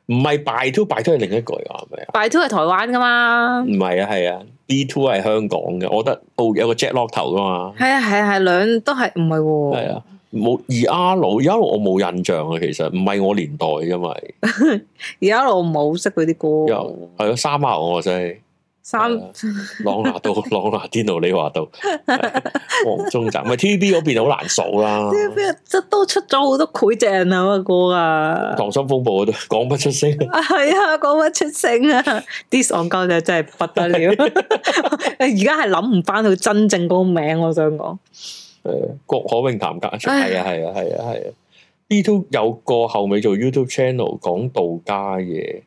S1: 唔係 by two by two 係另一句啊，係咪啊？
S2: 拜 two 係台灣噶嘛，
S1: 唔係啊係啊，B two 係香港嘅，我覺得澳有個 jet lock 頭噶嘛，
S2: 係啊係啊係，兩都係唔係
S1: 係啊。冇二 R 佬，一路我冇印象啊，其實唔係我年代，因為
S2: 喎？而家我冇識佢啲歌
S1: 有，係咯三 R 我真係。
S2: 三
S1: 係啊朗拿度、朗拿甸奴、你話到啊黃宗澤，咪 TVB 嗰邊好難數啦。
S2: TVB 即都出咗好多膾炙人口嘅歌 啊！
S1: 溏心風暴嗰度講不出聲，
S2: 啊，系啊，講乜出聲啊！Dis 戇鳩仔真係不得了， 而家係諗唔翻佢真正嗰個名，我想講。
S1: 誒郭呃可泳談家，
S2: 唉
S1: 係啊係啊係啊係啊。B two 有個後尾做 YouTube channel 講道家嘢，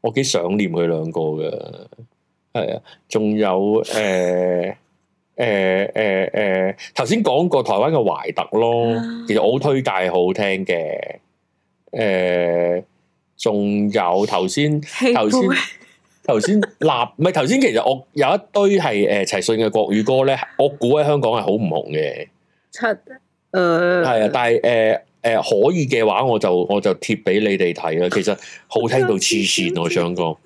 S1: 我幾想念佢兩個嘅，係啊，仲有呃誒誒誒誒，呃頭先講過台灣嘅懷特咯，其實我好推介好聽嘅，誒、仲有頭先。頭先頭先立唔係頭先，其實我有一堆係誒齊信嘅國語歌咧，我估喺香港係好唔紅嘅，
S2: 七诶，
S1: 係啊，但係誒誒可以嘅話，我就我就貼俾你哋睇啦。其實好聽到黐線，我想講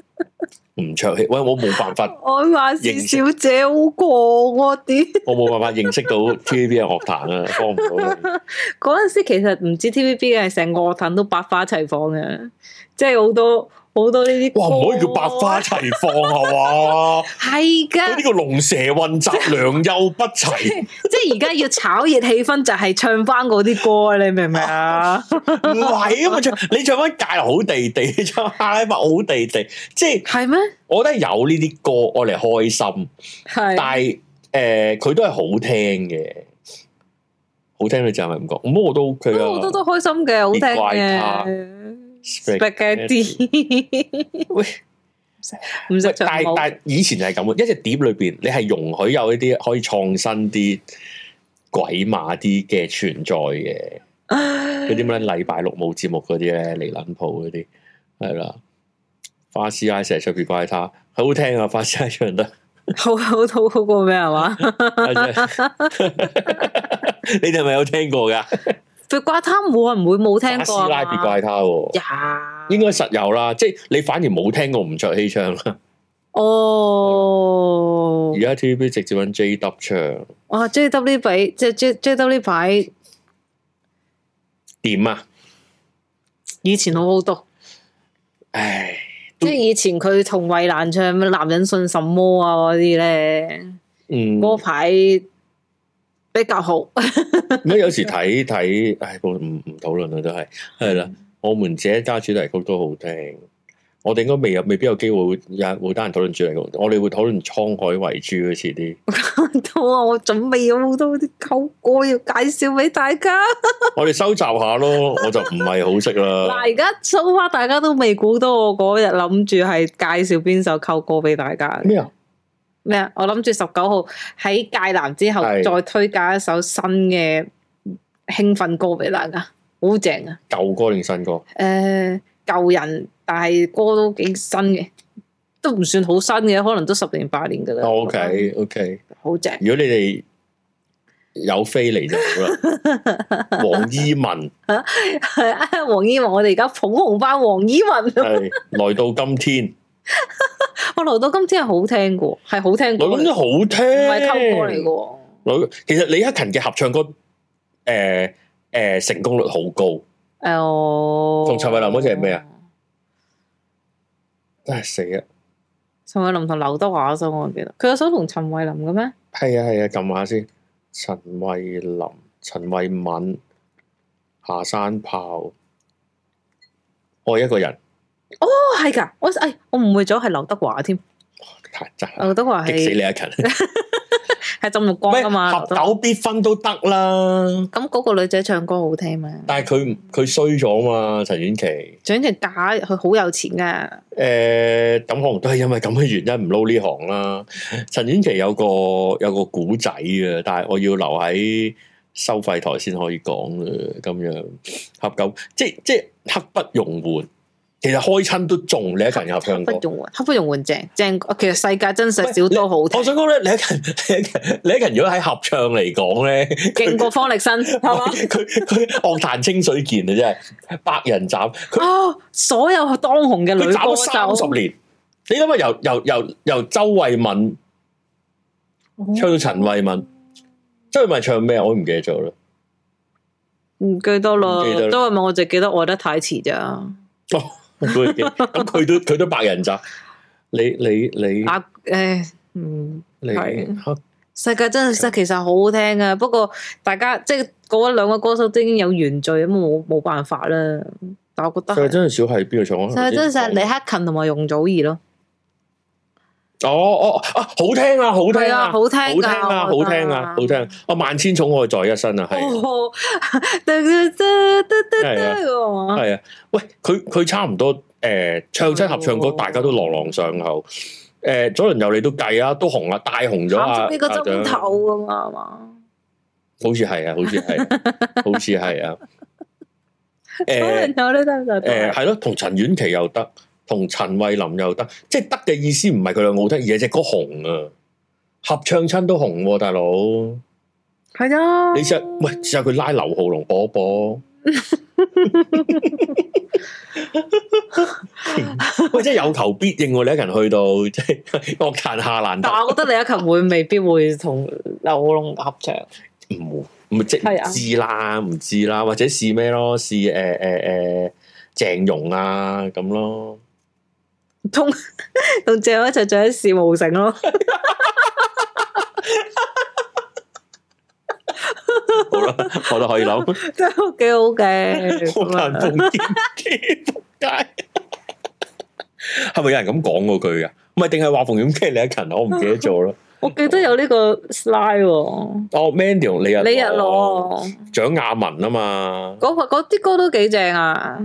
S1: 唔卓氣，喂，我冇辦 法，
S2: 愛馬仕小姐好過我啲。
S1: 我冇辦法認識到 TVB 嘅樂壇啊，幫唔到你。
S2: 嗰阵时其實唔知 TVB 嘅成個樂壇都百花齊放嘅，即係好多好多呢啲。
S1: 哇，
S2: 啊
S1: 唔可以叫百花。齊放係 嘛？
S2: 係
S1: 佢
S2: 㗎
S1: 呢，個龍蛇混雜，良莠不 齊。
S2: 即係而家要炒熱氣氛就係唱翻嗰啲歌，你明唔 明啊？
S1: 唔係啊嘛，唱你唱翻界好地地，你唱阿拉伯好地地，即係
S2: 係咩？
S1: 我覺得有呢啲歌我嚟開心，但
S2: 係。
S1: 係誒佢都係好聽嘅，好聽你就係咪咁講？咁我都 OK
S2: 都好多
S1: 啊。
S2: 都開心嘅，好聽
S1: 熱怪他
S2: 嘅。spaghetti
S1: 喂，
S2: 唔識
S1: 喂
S2: 唱
S1: 但係
S2: 好，
S1: 但係以前係咁嘅，一隻碟裏邊你係容許有一啲可以創新啲、鬼馬啲嘅存在嘅，嗰啲咩禮拜六冇節目嗰啲咧，嚟撚鋪嗰啲係啦。花師奶成日唱別怪他，好聽啊！花師奶唱 得。
S2: 好好好好過咩係嘛？
S1: 你哋係咪有聽過噶？
S2: 別怪他冇啊人會冇聽
S1: 阿
S2: 過
S1: 師
S2: 啊
S1: 奶
S2: 嘛
S1: 別怪他喎，
S2: 呀，
S1: 應該實有啦。即係你反而冇聽過吳卓羲唱啦。
S2: 哦
S1: 而，家 TVB 直接揾 J Dub 唱
S2: 哇！J W 呢排即係 J J W 呢排
S1: 點啊？
S2: 以前好好多，
S1: 唉，
S2: 即係以前佢同衞蘭唱咩《男人信什麼》啊嗰啲咧，
S1: 嗯，
S2: 嗰排比較好。 啊
S1: 咁有時睇睇，唉，唔唔唔討論啦，都係係啦。
S2: 嗯
S1: 我們這一家主題曲都好聽。我哋應該未有，未必有機會會有會單人討論主題曲。我哋會討論滄海遺珠嗰次 啲。
S2: 到啊！我準備咗好多啲舊歌要介紹俾大家。
S1: 我哋收集下咯，我就唔係好識
S2: 嗱，
S1: 啦。
S2: 而家 so far 大家都未估到我嗰日諗住係介紹邊首溝歌俾大家
S1: 咩啊？
S2: 咩啊？我諗住十九號喺界南之後
S1: 係
S2: 再推介一首新嘅興奮歌俾大家，好正啊！
S1: 舊歌定新歌？
S2: 诶、舊人，但係歌都幾新嘅，都唔算好新嘅，可能都十年八年噶啦。
S1: O K O K，
S2: 好正。
S1: 如果你哋有飛嚟就好 啦。黃依文
S2: 係啊，黃依文，我哋而家捧紅翻黃依文。
S1: 係來到今 天，
S2: 我留到今天係好聽嘅喎，係好聽歌
S1: 女
S2: 嚟
S1: 咁
S2: 嘅，
S1: 都好聽，
S2: 唔係溝歌嚟嘅。喎。
S1: 女其實李克勤嘅合唱歌，誒、誒、成功率好高，
S2: 誒我
S1: 同陳慧琳嗰隻係咩啊？
S2: 哦
S1: 真係死啊！
S2: 陳慧琳同劉德華嗰首我唔記得，佢有首同陳慧琳嘅咩？
S1: 係啊係啊，撳下先。陳慧琳、陳慧敏、下山炮，愛一個人，
S2: 哦，係㗎，我誒我誤會咗係劉德華添，
S1: 太真係
S2: 劉德華
S1: 激死
S2: 哦係
S1: 李克勤。
S2: 係浸浴光
S1: 咩
S2: 啊嘛。
S1: 合
S2: 劉德華
S1: 久必分都得啦。
S2: 咁嗰個女仔唱歌好聽嘛？
S1: 但係佢佢衰咗嘛，陳婉琪。
S2: 總之嫁佢好有錢㗎，
S1: 诶、咁可能都係因為咁嘅原因唔撈呢行啦。陳婉琪有個有个古仔嘅，但係我要留喺收費台先可以講啦，咁樣合久，即即刻不容緩。其實開親都中李克勤入香
S2: 不
S1: 港。
S2: 容緩，刻不容緩正正。其實世界真實少多好
S1: 我
S2: 聽，
S1: 想講咧，李克勤、李克勤、李克勤，如果喺合唱嚟講咧，
S2: 勁過方力申係嘛？
S1: 佢佢樂壇清水健啊，真係百人斬，佢
S2: 啊！所有當紅嘅
S1: 佢
S2: 女
S1: 斬
S2: 歌
S1: 咗三
S2: 手
S1: 十，年。你諗下，由由由由周慧敏唱到陳慧敏，周慧敏唱咩啊我都唔記得咗啦。
S2: 唔記得啦
S1: 唔記得啦。
S2: 都係咪我就記得愛得太遲咋？
S1: 哦，佢咁佢都佢都百人斬。你你你
S2: 啊誒，嗯。
S1: 你
S2: 係
S1: 黑
S2: 世界真實其實好好聽啊，不過大家即係嗰兩個歌手都已經有原罪咁，冇冇辦法啦。但我覺得
S1: 世界
S2: 係
S1: 真係少係邊個唱啊？
S2: 世界真實，
S1: 你
S2: 李克勤同埋容祖兒咯，
S1: 哦哦啊，好聽啊，好聽
S2: 係
S1: 啊，
S2: 啊，好聽㗎
S1: 好聽啊，好
S2: 我覺得
S1: 聽啊，好聽！啊，萬千寵愛在一身啊，係
S2: 哦，得得得得得
S1: 係
S2: 得㗎嘛
S1: 係啊，喂，佢佢差唔多誒唱親合唱歌，
S2: 哦
S1: 大家都朗朗上口。誒，左鄰右里都計啊，都紅啊，大紅咗
S2: 攬
S1: 啊
S2: 住，呢個
S1: 啊
S2: 針頭㗎嘛係嘛，
S1: 好似係啊，好似係啊，好似係啊。
S2: 可
S1: 誒
S2: 能有呢得就
S1: 誒，係咯，同陳婉琪又得，同陳慧琳又得，即係得嘅意思唔係佢兩個好聽，而係隻歌紅啊，合唱親都紅喎，大佬。
S2: 係啊，
S1: 你試下，喂，試下佢拉劉浩龍波 波。喂，真係有求必應喎！你一人去到，即係樂壇下難
S2: 但
S1: 得，
S2: 係我覺得李克勤會未必會同劉龍合 唱，
S1: 唔唔即
S2: 係啊
S1: 唔知啦，唔知啦，或者試咩咯？試誒誒誒鄭融啊咁咯，
S2: 同同謝偉一齊做一事無 成咯。
S1: 好啦，我都可以諗。
S2: 真係幾好嘅，
S1: 好難
S2: 咁啊
S1: 逢見基仆街，係咪有人咁講過佢噶？唔係定係話馮遠基李克勤啊？我唔記得咗啦。
S2: 我記得有呢個 slide 喎，
S1: 哦，Mandy 同李日
S2: 李日
S1: 羅
S2: 羅
S1: 蔣雅文啊嘛，呃
S2: 嗰個嗰啲歌都幾正啊，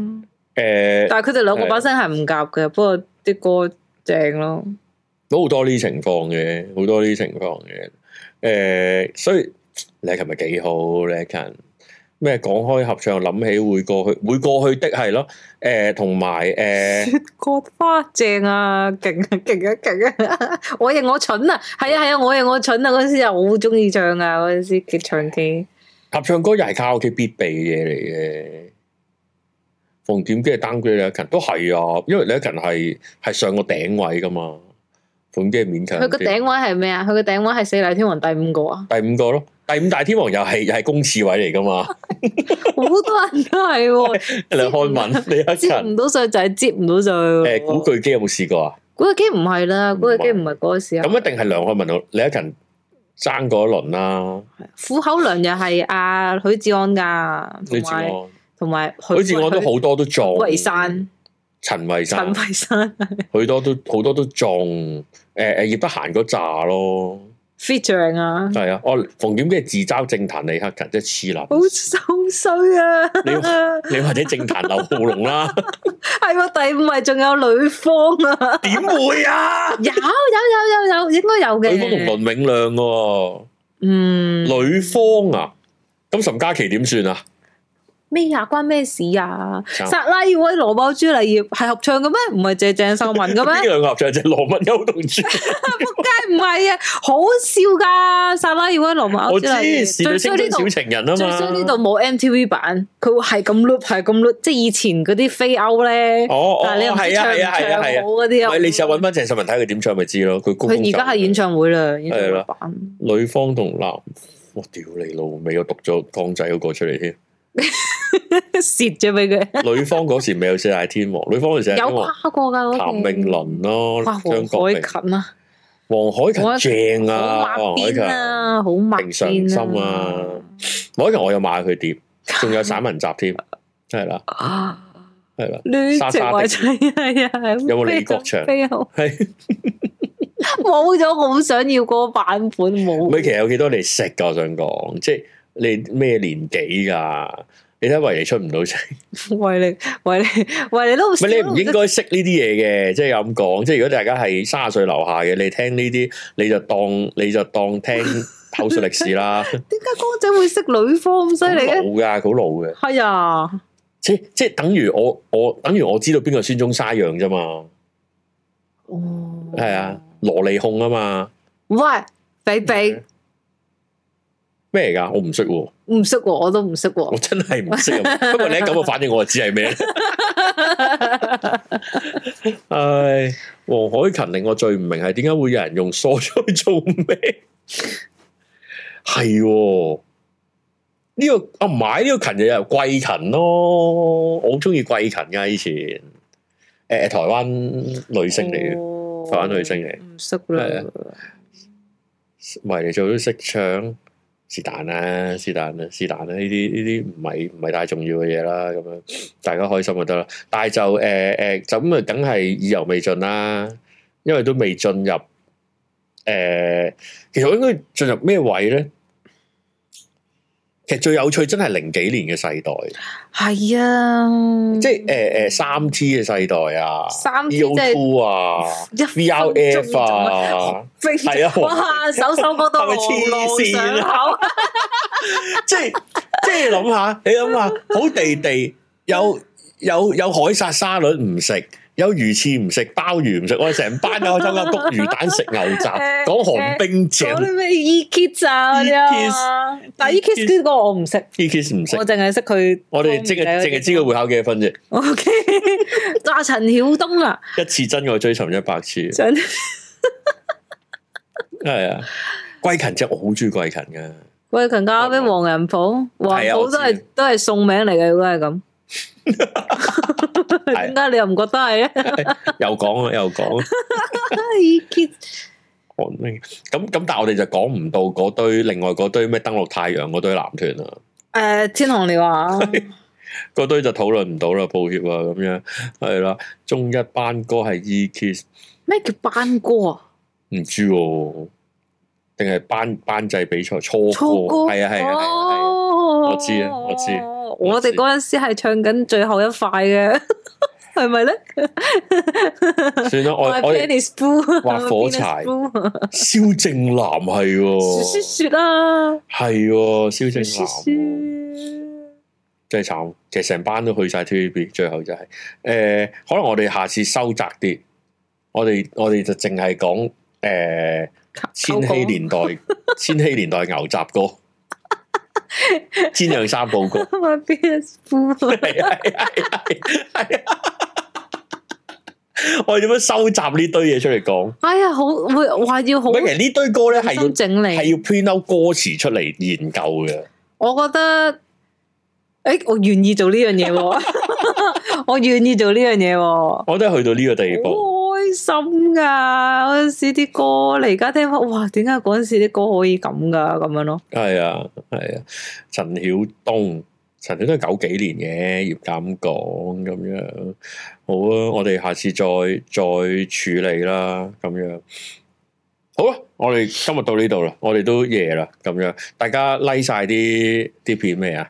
S1: 誒
S2: 但係佢哋兩個把聲係唔夾嘅，不過啲歌正咯。
S1: 都好多呢啲情況嘅，好多呢啲情況嘅。誒，所以李克勤咪幾好？李克勤咩講開合唱，諗起會過去，會過去的係咯。誒，同埋呃 誒，
S2: 雪國花正啊，勁啊勁啊勁啊！ 我認我蠢啊，係啊係啊，我認我蠢啊！嗰陣時又好中意唱啊，嗰陣時嘅唱 K
S1: 合唱歌又係卡拉 OK 必備嘅嘢嚟嘅。馮檢基係 downgrade 李克勤，都係啊，因為李克勤係係上個頂位噶嘛，馮檢基係勉強啲。
S2: 佢個頂位係咩啊？佢個頂位係四大天王第五個啊，
S1: 第五個咯，第五大天王又係又係公廁位嚟噶 嘛？
S2: 好多人都係喎，
S1: 梁漢文、李克勤，
S2: 接
S1: 誒
S2: 唔到上就係接唔到上喎。
S1: 古巨基有冇試過啊？
S2: 古巨基唔係啦，古巨基唔係嗰個時候
S1: 咁。一定係梁漢文同李克勤爭嗰一輪啦。
S2: 虎口良又係阿許志安噶，
S1: 許
S2: 同
S1: 志
S2: 埋
S1: 安，
S2: 同埋
S1: 許志安都好多都中。
S2: 魏山、
S1: 陳慧珊
S2: 陳，啊慧珊
S1: 佢多都好多都中。誒誒，葉德嫻嗰扎咯，
S2: featuring 啊，
S1: 係啊。我馮檢基自嘲政壇李克勤，即係黐
S2: 好
S1: 撚。
S2: 好衰啊！
S1: 你
S2: 係
S1: 你或者政壇劉浩龍 啦，
S2: 哎喎，第五位仲有女方 啊，
S1: 點會啊？
S2: 有有有有有，應該有
S1: 女方同
S2: 嘅。
S1: 倫永亮喎，
S2: 嗯，
S1: 女方啊，咁岑嘉琪點算啊？
S2: 咩啊？關咩事啊？
S1: 慘
S2: 撒拉要威羅爆朱麗葉係合唱嘅咩？唔係謝鄭秀文嘅
S1: 呢
S2: 咩？
S1: 兩個合唱就係羅密歐同 朱，
S2: 梗係唔係啊，好笑噶！撒拉要威羅爆
S1: 我
S2: 朱
S1: 知
S2: 麗葉，
S1: 是女青
S2: 最衰
S1: 春
S2: 呢度
S1: 小。情人啊
S2: 最
S1: 嘛。
S2: 衰呢度冇 MTV 版，佢會係咁 loop 係咁 loop，即係以前嗰啲飛歐咧，
S1: 哦，
S2: 但係你又唔知
S1: 係啊
S2: 唱唔
S1: 係啊係
S2: 唱
S1: 啊係
S2: 好
S1: 啊，
S2: 嗰啲啊。
S1: 喂，你試下揾翻鄭秀文睇佢點唱咪知咯。佢高
S2: 佢而家係演
S1: 唱
S2: 唱會啦，演唱
S1: 係
S2: 會
S1: 啦
S2: 版。
S1: 女方同男，我屌你老味，我讀咗江仔嗰個出嚟 添。
S2: 蝕咗俾 佢，
S1: 女方嗰時未有四大天王，女方嗰時四大
S2: 有
S1: 天王
S2: 跨過㗎嗰
S1: 譚詠
S2: 期。
S1: 麟咯，
S2: 哇，黃
S1: 張國榮、
S2: 海琴啊，
S1: 黃
S2: 黃
S1: 海
S2: 海
S1: 芹正
S2: 好
S1: 啊，黃
S2: 抹
S1: 海芹
S2: 邊，啊，好抹
S1: 平常
S2: 邊
S1: 心
S2: 啊
S1: 啊黃海芹我有買佢碟，仲有散文集 添，係啦
S2: 啊！
S1: 係啦，
S2: 亂
S1: 沙
S2: 直
S1: 沙
S2: 話
S1: 的
S2: 真係啊，
S1: 有冇李國祥
S2: 飛好
S1: 係。
S2: 冇咗，好想要嗰個版本
S1: 唔係，
S2: 冇。
S1: 其實有幾多你食噶？我想講，即係你咩年紀噶？你睇維尼出唔到聲，
S2: 為你為你為你都唔
S1: 唔係你唔應該識呢啲嘢嘅，即係咁 講。即係如果大家係卅歲樓下嘅，你聽呢啲你就當你就當聽口述歷史啦，
S2: 點解光仔會識女科咁犀
S1: 好
S2: 利
S1: 老
S2: 嘅？
S1: 㗎，好老嘅，
S2: 係啊，
S1: 即即係等於我我等於我知道邊個係孫中山樣啫嘛，
S2: 哦，
S1: 係啊，，羅利控啊嘛，
S2: 喂，比
S1: 啊
S2: 比
S1: 咩嚟㗎？我唔識喎。
S2: 唔識喎，我都唔識
S1: 我
S2: 喎，
S1: 真係唔識啊！ 不過你一咁嘅反應，我就知係咩。唉，黃海芹令我最唔明係點解會有人用蔬菜做咩？係喎呢、個我唔買呢個芹就有人貴芹咯，我好中意貴芹噶以前。誒、台灣女星嚟嘅，
S2: 嘅
S1: 台灣女星嚟
S2: 唔識啦
S1: 係，啊迷你做都識唱，是但啦，是但啦，是但啦，呢啲呢啲唔係唔係太重要嘅嘢啦，咁樣大家開心就得啦。但係就誒誒、呃呃就咁啊，梗係意猶未盡啦，因為都未進入誒、呃其實我應該進入咩位咧？其實最有趣真係零幾年嘅世代，
S2: 嗯係啊，
S1: 即係誒誒三 T 嘅世代啊，
S2: 三 T
S1: E
S2: 即
S1: O
S2: 係
S1: Two 啊
S2: 一分鐘就
S1: ，VRF
S2: 係
S1: 啊。
S2: 飛
S1: 係啊
S2: 哇，首首歌都
S1: 係咪
S2: 朗朗
S1: 黐線
S2: 上
S1: 啊
S2: 口，
S1: 即係即係諗下，你諗下，好地地有有有海撒沙律唔食，有魚翅唔食，鮑魚唔食，我哋成班友參加篤魚蛋食牛 雜，講寒冰
S2: 講
S1: 井
S2: 啲咩 E Kids 啊嗰啲啊嘛，但 E Kids 呢個我唔識，
S1: E Kiss 唔食
S2: 我，淨係識佢，
S1: 我哋即係淨係知佢會考幾多分啫，
S2: O K，阿陳曉東啊，
S1: 一次真愛追尋一百次，
S2: 真
S1: 係啊，桂勤即係我好中意桂勤噶，
S2: 喂強加俾黃仁甫，黃仁
S1: 係
S2: 甫都
S1: 啊我知
S2: 係都係送名嚟嘅，如果係咁。
S1: 係
S2: 點解你又唔覺得係啊
S1: 又講啊又講啊。
S2: ？E Kids
S1: 寒冰咁咁，但係我哋就講唔到嗰堆另外嗰堆咩登陸太陽嗰堆男團啊啦。
S2: 誒天虹你話
S1: 嗰堆就討論唔到啦，抱歉啊，咁樣係啦。中一班歌係 E Kiss，
S2: 咩叫班歌啊？
S1: 唔知喎，定係班班制比賽初
S2: 粗歌
S1: 歌，係啊係啊係啊係啊，
S2: 哦
S1: 我知啊我知
S2: 我哋嗰陣時係唱緊最後一塊嘅，係咪咧？
S1: 算哦啦，我
S2: 我係
S1: 我哋
S2: Penny Spoon
S1: 劃火柴蕭正楠係
S2: 雪
S1: 喎，
S2: 雪雪啊，
S1: 係喎，蕭正
S2: 雪雪雪
S1: 楠喎。真係慘，其實成班都去晒 TVB，最後就係、誒、可能我哋下次收窄啲，我哋我哋就淨係講誒千禧年代，千禧年代牛雜歌，煎釀三寶歌，
S2: My PS Spoon
S1: 係啊係啊係啊係啊！我哋點樣收集呢堆嘢出嚟講？
S2: 哎呀，好會話要好
S1: 喂，其實呢堆歌咧係要
S2: 心整
S1: 係
S2: 理。
S1: 要 print out 歌詞出嚟研究嘅。
S2: 我覺得，誒、我願意做呢樣嘢喎， 我願意做呢樣嘢喎。
S1: 我都係去到呢個地步。
S2: 好開心噶！嗰陣時啲歌，你而家聽翻，哇！點解嗰陣時啲歌可以咁噶？咁樣咯，
S1: 係啊，係啊，陳曉東，陳曉東係九幾年嘅，要咁講咁樣，好啊，我哋下次再再處理啦，咁樣，好啦，我哋今日到呢度啦，我哋都夜啦，咁樣，大家 like 晒啲啲片未啊？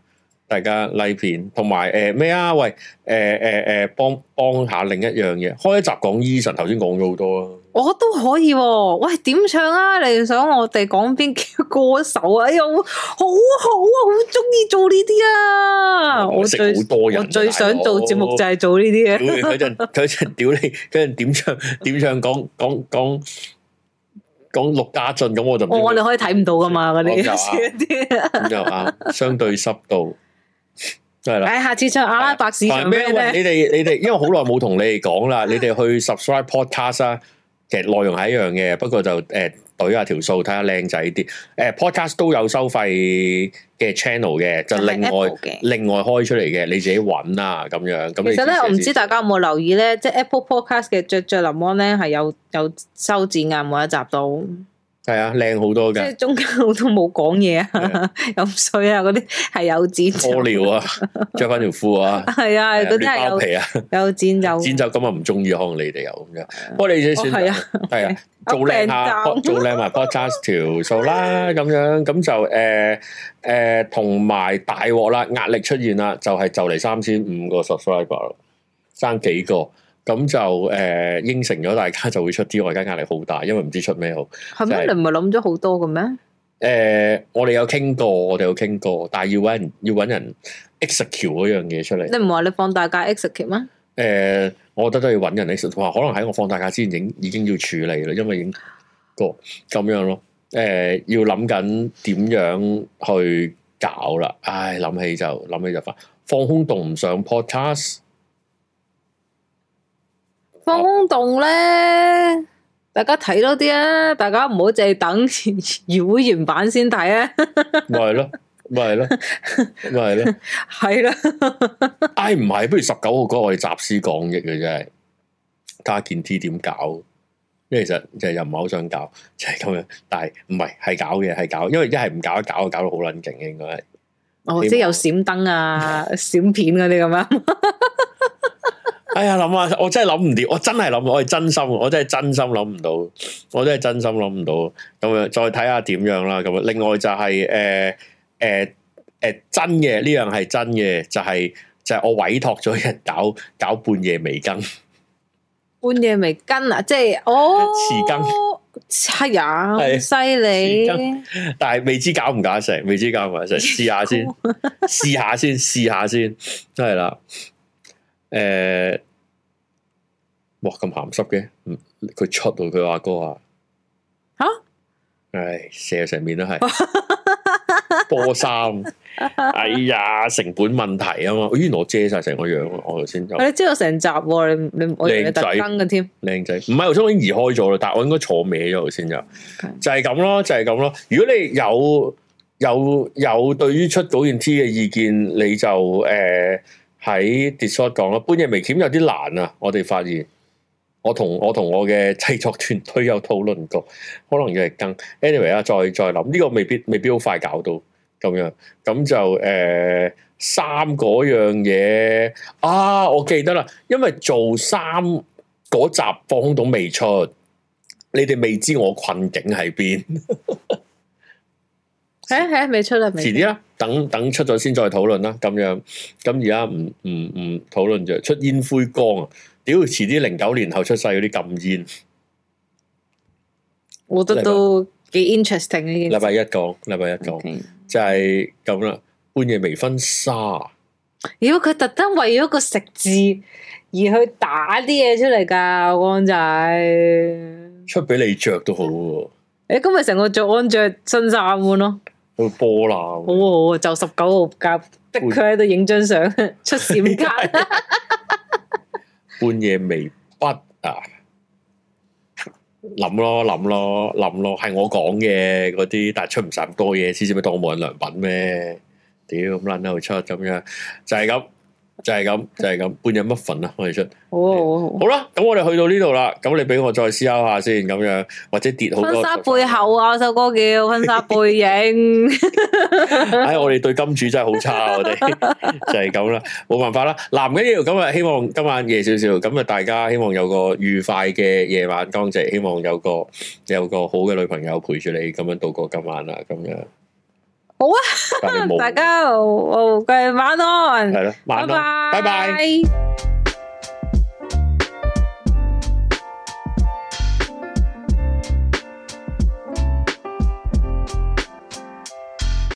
S1: 大家 like 片，同埋誒咩啊？喂，誒誒誒，呃幫幫下另一樣嘢，開一集講 Eason，頭先講咗好多啊啦。
S2: 我都可以喎、喂，點唱啊？你想我哋講邊幾個 歌手啊？哎呀，我好好啊，好中意做呢啲啊！我
S1: 識
S2: 最
S1: 好多人啊
S2: 我最想做節目
S1: 大佬
S2: 就係做呢 啲
S1: 屌
S2: 嘢。
S1: 你！嗰陣嗰陣屌你！嗰陣點唱點唱講講講講陸家俊咁我就唔知
S2: 我我哋可以睇唔到噶嘛嗰
S1: 我
S2: 啲
S1: 就啊
S2: 啲。
S1: 咁就啱，啊相對濕度係啦。
S2: 唉，下次唱阿拉伯市場咩
S1: 同埋咩？喂
S2: 咧？
S1: 你哋你哋，因為好耐冇同你哋講 啦，你哋去 subscribe podcast 啊，其實內容係一樣嘅，不過就誒懟下條數，睇下靚仔啲。誒、podcast 都有收費嘅 channel 嘅，就另外
S2: 就係 Apple 嘅
S1: 另外開出嚟嘅，你自己揾啦咁樣。咁
S2: 其實咧，我唔知
S1: 大
S2: 大家有冇留意咧，即係 Apple Podcast 嘅雀雀林安咧係有有修剪嘅每一集都，
S1: 係啊，靚好多
S2: 即
S1: 㗎。
S2: 係中間我都冇講嘢啊、飲水啊嗰啲係有剪走，
S1: 屙尿 啊，着翻條褲啊，
S2: 係啊
S1: 誒
S2: 嗰啲
S1: 亂包
S2: 係
S1: 皮啊，
S2: 有有剪走，
S1: 剪走今日唔中意，可能你哋有咁樣。不過你自己選
S2: 哦係啊
S1: 擇係 啊，做靚下
S2: 有病，
S1: 做靚埋 podcast 條數啦，咁樣咁就誒誒，同埋大鑊啦，壓力出現啦，就係就嚟三千五個 subscriber 啦，爭幾個。咁就誒應承咗大家就會出啲，我而家壓力好大，因為唔知出咩好。
S2: 係咩？
S1: 就係
S2: 你唔係諗咗好多嘅咩？
S1: 诶、我哋有傾過，我哋有傾過，但係要搵人要搵人 execute 嗰樣嘢出嚟。
S2: 你唔話你放大假 execute 咩？
S1: 诶、呃我覺得都要搵人 execute，同埋可能喺我放大假之前已經已經要處理啦，因為已經個咁樣咯。诶、要諗緊點樣去搞啦。唉，諗起就諗起就煩。放空洞唔上 podcast，
S2: 放空洞咧，大家睇多啲啊！大家唔好淨係等 搖會員版先睇啊！
S1: 咪係咯，咪係咯，咪係咯。
S2: 係啦，
S1: 唉，唔係，不如十九號嗰我哋集思廣益嘅真係，睇下件 T 點搞。因為其實就又唔係好想搞，就係、咁樣。但係唔係係搞嘅，係搞，因為一係唔搞，一搞就搞到好撚勁嘅應該係。
S2: 哦，即係有 閃燈啊、閃片嗰啲咁樣。
S1: 哎呀，諗下，我真係諗唔掂，我真係諗唔，我係真心，我真係真心諗唔到，我真係真心諗唔到。咁樣再睇下點樣啦。咁樣，另外就係誒誒誒真嘅呢樣係真嘅，就係、就係、我委託咗人搞搞半夜微更。
S2: 半夜未跟啊，即係哦，
S1: 匙羹
S2: 羹，係啊，好
S1: 係
S2: 犀利
S1: 匙，但系未知搞唔搞得成，未知搞唔搞得成，試下先，試下先，試下先，真係啦。诶、哇咁鹹濕嘅，嗯佢出到佢阿哥啊，
S2: 嚇
S1: 唉，射成面都係波 衫，哎呀，成本問題啊嘛，咦原來我遮晒成個樣啊，我頭先就
S2: 你知道成集喎，你你我以為你
S1: 靚仔
S2: 特登嘅添，
S1: 靚仔，唔係頭先我已經移開咗啦，但系我應該坐歪咗頭先就。就係咁咯，就係咁咯。如果你有有有對於出嗰件 T 嘅意見，你就誒喺 Discord 講啦。半夜微檢有啲難啊，我哋發現。我同我同我嘅製作團隊有討論過，可能要係更 anyway 啊啦，再再諗呢、個未必未必好快搞到咁樣，咁就誒、呃衫嗰樣嘢啊，我記得啦，因為做衫嗰集放空洞未出，你哋未知我困境喺邊，
S2: 係啊係啊，未出啊，未
S1: 遲啲啦，等等出咗先再討論啦，咁樣咁而家唔唔唔討論住，出煙灰缸啊！屌，遲啲零九年後出世嗰啲禁煙，
S2: 我覺得都幾 interesting 呢
S1: 禮
S2: 件事。
S1: 拜一講，禮拜一講
S2: OK
S1: 就係咁啦。半夜微婚紗，
S2: 妖，佢特登為咗個食字而去打啲嘢出嚟㗎，安仔。
S1: 出俾你着都好喎，
S2: 你今日成個着安着新衫咁咯，
S1: 好波
S2: 好
S1: 啦。
S2: 啊好啊，就十九號夹逼佢喺度影張相出 閃卡，
S1: 半夜微筆啊，諗咯諗咯諗咯，係我講嘅嗰啲，但係出唔晒咁多嘢，黐線咪當我冇人良品咩？屌咁撚喺度出咁樣，就係咁，就係咁，就係咁，半夜乜份啊？我哋出
S2: 好啊好啊
S1: 好啦，咁我哋去到呢度啦，咁你俾我再思考下先，咁樣或者跌好
S2: 好啊。婚
S1: 多。
S2: 紗背後啊，首歌叫婚紗背影，
S1: 唉，我哋對金主真係好差，啊我哋 就係咁啦，冇辦法啦。嗱，唔緊要，咁啊，希望今晚夜少少，咁啊，大家希望有個愉快嘅夜晚當值，希望有個有個好嘅女朋友陪住你，咁樣度過今晚啦，咁樣。
S2: 好啊
S1: 但係你冇，
S2: 大家好，好嘅晚安，
S1: 係咯，晚安，拜拜。
S2: 拜。